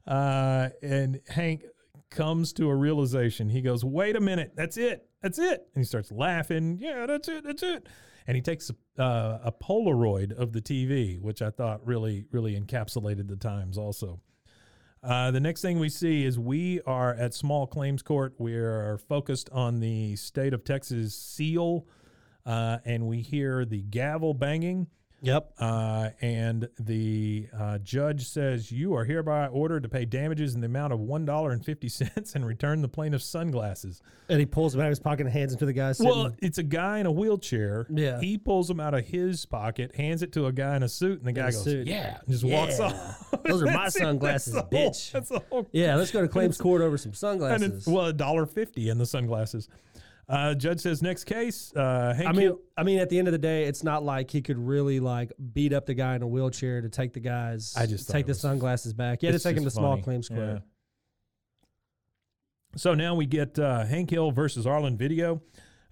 uh, and Hank comes to a realization. He goes, "Wait a minute, that's it, that's it," and he starts laughing. Yeah, that's it, that's it. And he takes a, uh, a Polaroid of the TV, which I thought really, really encapsulated the times. Also, Uh, the next thing we see is we are at small claims court. We are focused on the state of Texas seal, uh, and we hear the gavel banging.
Yep.
Uh, and the uh, judge says, You are hereby ordered to pay damages in the amount of $1.50 and return the plaintiff's sunglasses.
And he pulls them out of his pocket and hands them to the guy. Sitting,
Well, it's a guy in a wheelchair.
Yeah.
He pulls them out of his pocket, hands it to a guy in a suit, and the guy
a
goes,
suit.
Yeah, and just walks
Yeah.
off.
Those are my
That's it.
sunglasses,
That's the whole-
bitch.
that's the whole
yeah, let's go to claims court over some
and
sunglasses.
it, well, a dollar fifty in the sunglasses. Uh, judge says next case. Uh, Hank
I mean,
Hill-
I mean, at the end of the day, it's not like he could really like beat up the guy in a wheelchair to take the guys.
I just thought
take
it
the
was-
sunglasses back. Yeah, to
it's
take him to
just
small
funny.
claims court.
Yeah. So now we get uh, Hank Hill versus Arlen Video.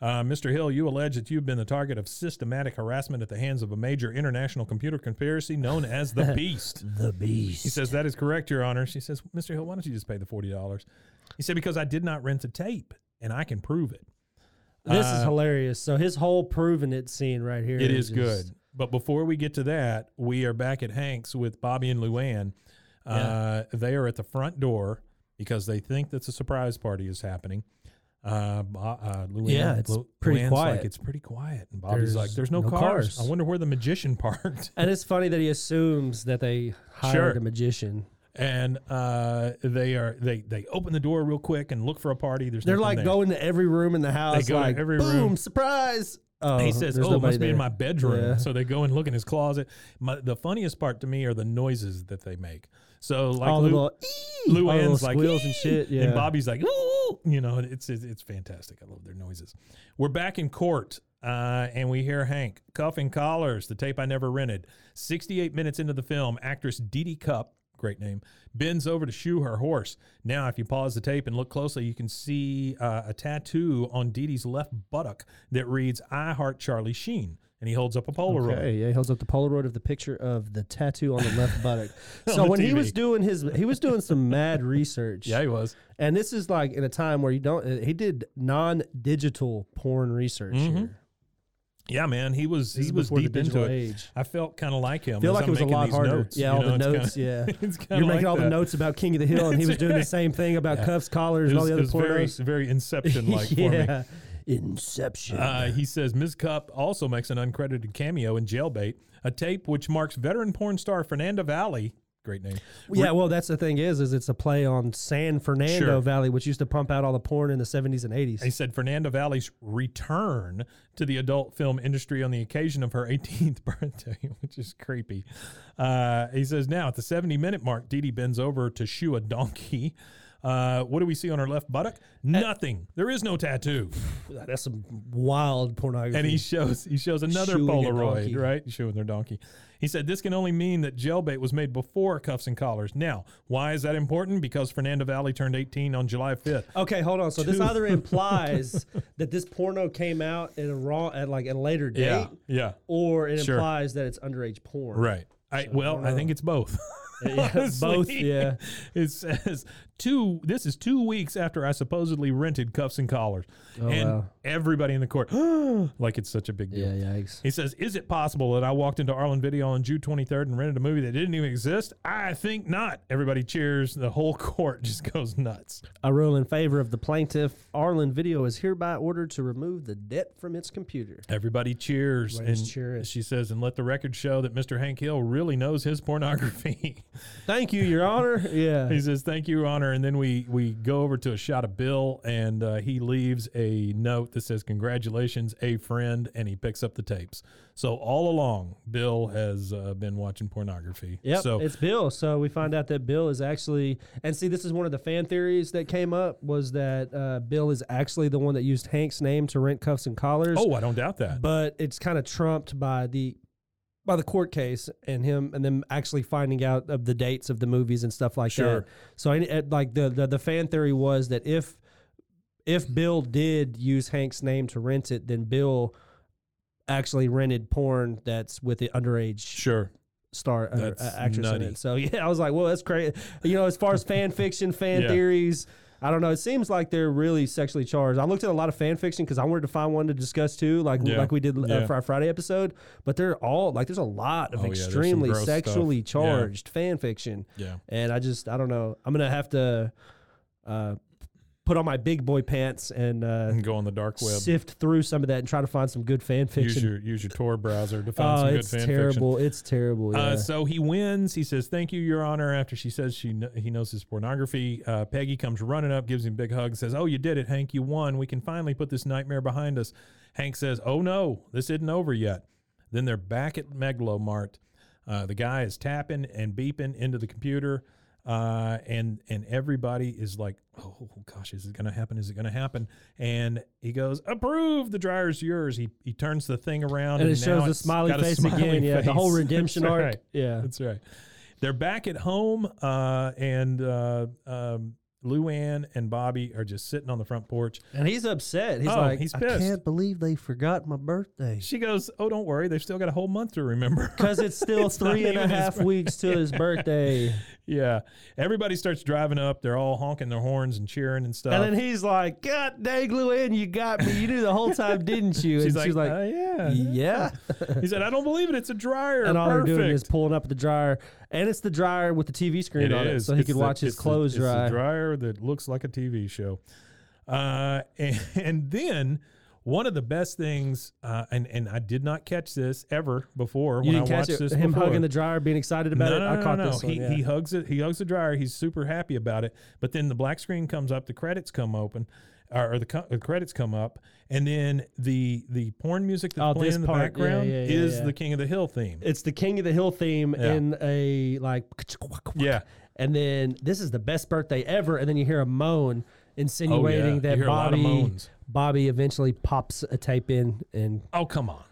Uh, Mr. Hill, you allege that you've been the target of systematic harassment at the hands of a major international computer conspiracy known as the Beast.
The beast.
He says, That is correct, Your Honor. She says, Mr. Hill, why don't you just pay the $40? He said, Because I did not rent the tape and I can prove it.
This is
Uh,
hilarious. So his whole proving it scene right here.
It is
just-
good. But before we get to that, we are back at Hank's with Bobby and Luann. Uh, They are at the front door because they think that the surprise party is happening. Uh, Bo- uh, Luann,
Yeah, it's
Lu-
pretty
Luann's
quiet.
Like, it's pretty quiet, and Bobby's like,
There's
"There's no,
no
cars.
cars."
I wonder where the magician parked."
And it's funny that he assumes that they hired
Sure.
a magician.
and uh, they are they they open the door real quick and look for a party. There's
They're
nothing
like
there.
going to every room in the house.
go to
like
every
boom,
room.
surprise. Oh,
he says,
there's
"Oh, it
nobody
must be
there.
in my bedroom."
Yeah.
So they go and look in his closet. My, the funniest part to me are the noises that they make. So like
All the
Lou,
little
Lou
all the
Ann's
little
like
squeals and shit, yeah.
and Bobby's like ooh, you know, it's, it's it's fantastic. I love their noises. We're back in court. Uh, and we hear Hank cuffing collars, the tape I never rented. 68 minutes into the film, actress Dee Dee Cup, great name, bends over to shoe her horse. Now, if you pause the tape and look closely, you can see uh, a tattoo on Dee Dee's left buttock that reads, I heart Charlie Sheen. And he holds up a Polaroid.
Okay, yeah, he holds up the Polaroid of the picture of the tattoo on the left buttock. so
the
when he
TV.
was doing his, he was doing some mad research.
Yeah, he was.
and this is like in a time where you don't. uh, He did non-digital porn research.
Mm-hmm.
Here.
Yeah, man, he was
This
he
is
was
before the
deep into
digital
it.
age.
I felt kind of like him.
Feel
as
like
I'm
it was a
making
lot
these
harder.
notes,
yeah,
you
all
know,
the
it's kinda-
notes. yeah,
it's kinda
you're making
like
all the
that.
notes about King of the Hill, and he was
That's
doing the
right.
same thing about cuffs, collars,
It
and
was,
all
it
the other
was very
pornos.
very Inception like for me.
yeah, Inception.
Uh, he says Ms. Cup also makes an uncredited cameo in Jailbait, a tape which marks veteran porn star Fernanda Valley, great name,
yeah, well, that's the thing is, is it's a play on San Fernando
Sure.
Valley, which used to pump out all the porn in the 70s and 80s.
He said Fernanda Valley's return to the adult film industry on the occasion of her 18th birthday, which is creepy. Uh, he says now at the 70 minute mark, Dee Dee bends over to shoe a donkey. Uh, what do we see on her left
Uh,
buttock? Nothing. there is no tattoo.
That's some wild pornography.
And he shows he shows another
Shoeing a donkey.
Polaroid, right? Showing their donkey. He said this can only mean that jailbait was made before cuffs and collars. Now, why is that important? Because Fernanda Valley turned 18 on July 5th.
Okay, hold on. So this
Two.
either implies that this porno came out at a raw at like a later date,
Yeah. Yeah.
or it
Sure.
implies that it's underage porn.
Right. I, well, I think it's both.
uh, Yeah,
Honestly,
both, yeah.
It says two. This is two weeks after I supposedly rented cuffs and collars, and
Oh, wow.
everybody in the court like it's such a big deal.
yikes.
He says, "Is it possible that I walked into Arlen Video on June 23rd and rented a movie that didn't even exist? I think not." Everybody cheers. The whole court just goes nuts.
A rule in favor of the plaintiff, Arlen Video is hereby ordered to remove the debt from its computer.
Everybody cheers.
Everybody's
and
cheering.
she says, "And let the record show that Mr. Hank Hill really knows his pornography."
Thank you, Your Honor. Yeah.
He says, "Thank you, Your Honor." And then we we go over to a shot of Bill, and uh, he leaves a note that says, "Congratulations, a friend," and he picks up the tapes. So all along, Bill has uh, been watching pornography.
Yep,
So
it's Bill. So we find out that Bill is actually, and see, this is one of the fan theories that came up was that uh, Bill is actually the one that used Hank's name to rent cuffs and collars.
oh, I don't doubt that.
but it's kind of trumped by the by the court case and him and them actually finding out of the dates of the movies and stuff like
Sure.
that. So I, at- like the, the the fan theory was that if if Bill did use Hank's name to rent it, then Bill actually rented porn that's with the underage
sure.
star uh,
That's
uh, actress in
nutty.
it. So yeah, I was like, well, that's crazy. You know, as far as fan fiction, fan
Yeah.
theories, I don't know. It seems like they're really sexually charged. I looked at a lot of fan fiction because I wanted to find one to discuss too, like
Yeah.
like we did uh,
Yeah.
for our Friday episode. But they're all like, there's a lot of
Oh, yeah, there's some
extremely
gross stuff.
sexually
Yeah.
charged fan fiction.
Yeah.
And I just, I don't know. I'm gonna have to uh, put on my big boy pants and uh,
And go on the dark web.
sift through some of that and try to find some good fan
Use
fiction.
your use your Tor browser to find
Oh,
some good
it's
fan
terrible. It's terrible.
fiction.
yeah.
Uh, so he wins. He says, "Thank you, Your Honor." After she says she kn- he knows his pornography, uh, Peggy comes running up, gives him a big hug, says, "Oh, you did it, Hank. You won. We can finally put this nightmare behind us." Hank says, "Oh no, this isn't over yet." Then they're back at Megalomart. Uh, the guy is tapping and beeping into the computer, uh, and and everybody is like, "Oh gosh, is it going to happen? Is it going to happen?" And he goes, "Approve. The dryer's yours." He he turns the thing around,
and
and,
it
now
shows the
it's
smiley
got a
face
smiley
again. Yeah, the whole
face.
redemption
That's
arc.
right.
Yeah.
That's right. They're back at home, uh, and uh, um, Luann and Bobby are just sitting on the front porch.
And he's upset. He's
Oh,
like,
he's
I
pissed.
can't believe they forgot my birthday.
She goes, "Oh, don't worry. They've still got a whole month to remember."
Because it's still
not
three and a
even his
half weeks till his birthday.
yeah, everybody starts driving up. They're all honking their horns and cheering and stuff.
And then he's like, God dang, Luann, you got me. You knew the whole time, didn't you?
she's
and
like,
she's like,
"Uh, yeah.
yeah.
He said, "I don't believe it. It's a dryer.
And all
Perfect.
they're doing is pulling up the dryer. And it's the dryer with the TV screen
It
on it.
is.
So he
It's
could
the-
watch his
it's the-
clothes
It's
dry.
a dryer that looks like a TV show. Uh, and, and then one of the best things, uh, and and I did not catch this ever before
You
when I
didn't
watched
catch it,
this.
him
before.
hugging the dryer, being excited
no,
about
no,
it.
no,
I caught
no, no.
this one.
he,
yeah.
he hugs it. He hugs the dryer. He's super happy about it. But then the black screen comes up. The credits come open, or, or the, co- the credits come up, and then the the porn music that's
Oh,
playing
this
in the
part. Yeah,
background
yeah, yeah,
is
yeah.
the King of the Hill theme.
it's the King of the Hill theme
Yeah.
in a like.
Yeah.
And then this is the best birthday ever, and then you hear a moan insinuating
Oh, You
that
hear a lot of
Bobby
moans.
Bobby eventually pops a tape in, and
Oh come on.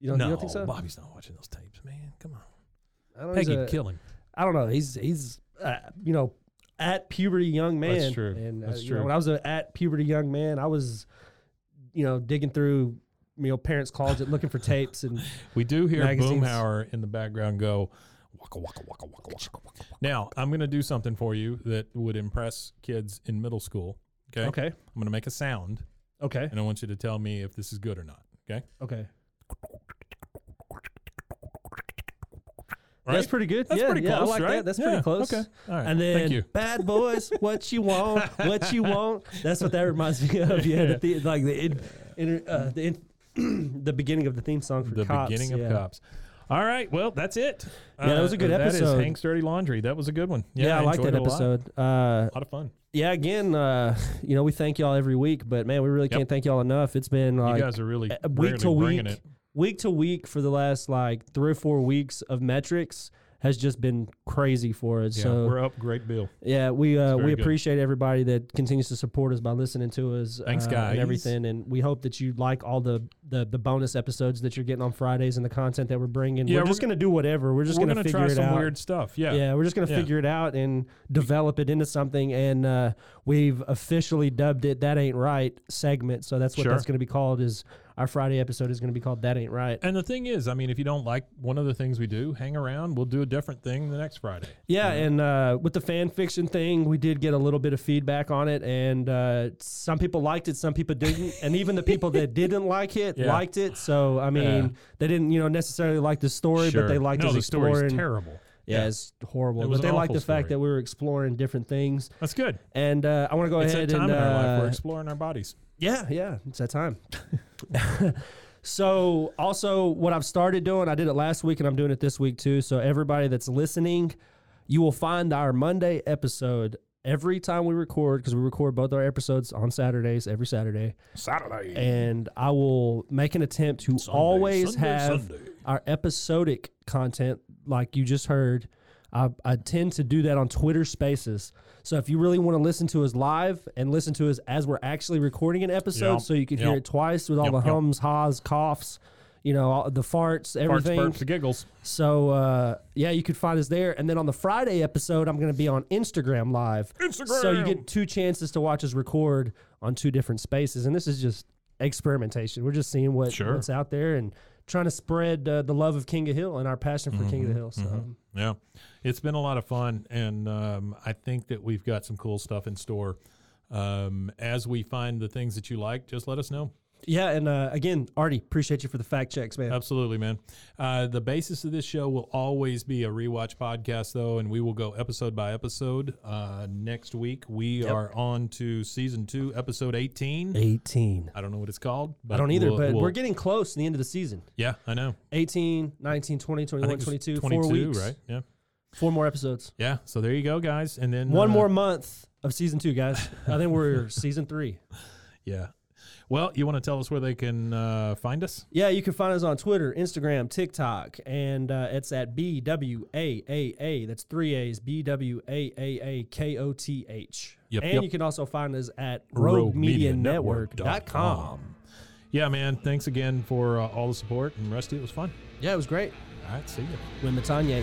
you don't,
no,
you don't think so?
Bobby's not watching those tapes, man. Come on.
I don't know, he's
Peggy'd
a-
kill him.
I don't know. He's he's uh, you know at puberty young man.
true.
And, uh,
That's
you know,
true.
when I was a at puberty young man, I was you know digging through you know parents' closet looking for tapes and
We do hear
Magazines.
Boomhauer in the background go, waka, waka, waka, waka, waka, waka, waka. Now, I'm going to do something for you that would impress kids in middle school. Okay.
okay
I'm going to make a sound,
okay
and I want you to tell me if this is good or not. Okay.
okay.
Right?
That's pretty good.
That's
yeah,
pretty
yeah,
close,
I like
right?
that. That's
Yeah,
pretty close.
okay. All right.
And then
Thank you.
Bad Boys, what you want, what you want. That's what that reminds me of. Yeah, the the, like the in, in, uh, the in, the beginning of the theme song for
the
Cops.
beginning of
yeah.
Cops. All right. Well, that's it. Uh,
Yeah, that was a good
That
episode.
is Hank's Dirty Laundry. That was a good one.
Yeah, I, like
enjoyed
that
it a lot.
episode. Uh,
A lot of fun.
yeah, again, uh, you know, we thank y'all every week, but man, we really can't thank y'all enough. It's been like
you guys are really
a- week to
really
week,
bringing it.
week to week for the last like three or four weeks of metrics has just been crazy for us.
Yeah,
so
we're up. Great bill.
Yeah, we uh,
very
we
good.
appreciate everybody that continues to support us by listening to us.
Thanks,
uh,
guys.
and everything. And we hope that you like all the, the the bonus episodes that you're getting on Fridays and the content that we're bringing.
Yeah,
we're, just
we're-
gonna do whatever. We're just
we're
gonna,
gonna
figure
try
it
some
out.
weird stuff.
yeah. we're just gonna
Yeah.
figure it out and develop it into something. And uh, we've officially dubbed it "That Ain't Right" segment. So that's what
Sure.
that's gonna be called. Is our Friday episode is gonna be called "That Ain't Right."
And the thing is, I mean, if you don't like one of the things we do, hang around. We'll do a different thing the next Friday.
Yeah, and uh, with the fan fiction thing, we did get a little bit of feedback on it, and uh, some people liked it, some people didn't, and even the people that didn't like it
Yeah.
liked it. So I mean,
Yeah.
they didn't, you know, necessarily like the story, but they liked
no,
us
the story's
exploring.
terrible.
Yeah, it's horrible,
It was
but
an
they liked
awful
the fact
story.
that we were exploring different things.
That's good.
And uh, I want to go
It's that
ahead
time
and
in our life
uh,
we're exploring our bodies.
yeah, yeah, it's that time. so, also, what I've started doing, I did it last week and I'm doing it this week too. So, everybody that's listening, you will find our Monday episode every time we record because we record both our episodes on Saturdays, every Saturday.
Saturday.
And I will make an attempt to always
Sunday,
have
Sunday.
our episodic content, like you just heard. I, I tend to do that on Twitter Spaces. So if you really want to listen to us live and listen to us as we're actually recording an episode,
Yep,
so you can hear
yep.
it twice with all
Yep,
the
yep.
hums, haws, coughs, you know, all, the farts,
Farts,
everything.
burps, and giggles.
So uh, yeah, you could find us there. And then on the Friday episode, I'm going to be on Instagram Live.
Instagram.
So you get two chances to watch us record on two different spaces, and this is just experimentation. We're just seeing what
Sure.
what's out there and trying to spread uh, the love of King of Hill and our passion for King of
Mm-hmm,
the Hill. So
Yeah, it's been a lot of fun, and um, I think that we've got some cool stuff in store Um, as we find the things that you like, just let us know.
Yeah, and uh, again, Artie, appreciate you for the fact checks, man.
Absolutely, man. Uh, the basis of this show will always be a rewatch podcast, though, and we will go episode by episode. Uh, next week, we are on to season two, episode 18.
18.
I don't know what it's called. But
I don't either,
we'll-
but
we'll-
we're getting close to the end of the season.
Yeah, I know.
18, 19, 20,
I
21,
think it's
22, four weeks.
right? Yeah.
Four more episodes.
Yeah. So there you go, guys. And then
One
uh,
more month of season two, guys. I think we're season three.
Yeah. Well, you want to tell us where they can uh, find us?
Yeah, you can find us on Twitter, Instagram, TikTok, and uh, it's at B W A A A. That's three A's. B W A A A K O T H.
Yep,
and
yep.
you can also find us at RogueMediaNetwork.com.
Yeah, man. Thanks again for uh, all the support. And Rusty, it was fun.
Yeah, it was great.
All right. See you.
Win the Tanya.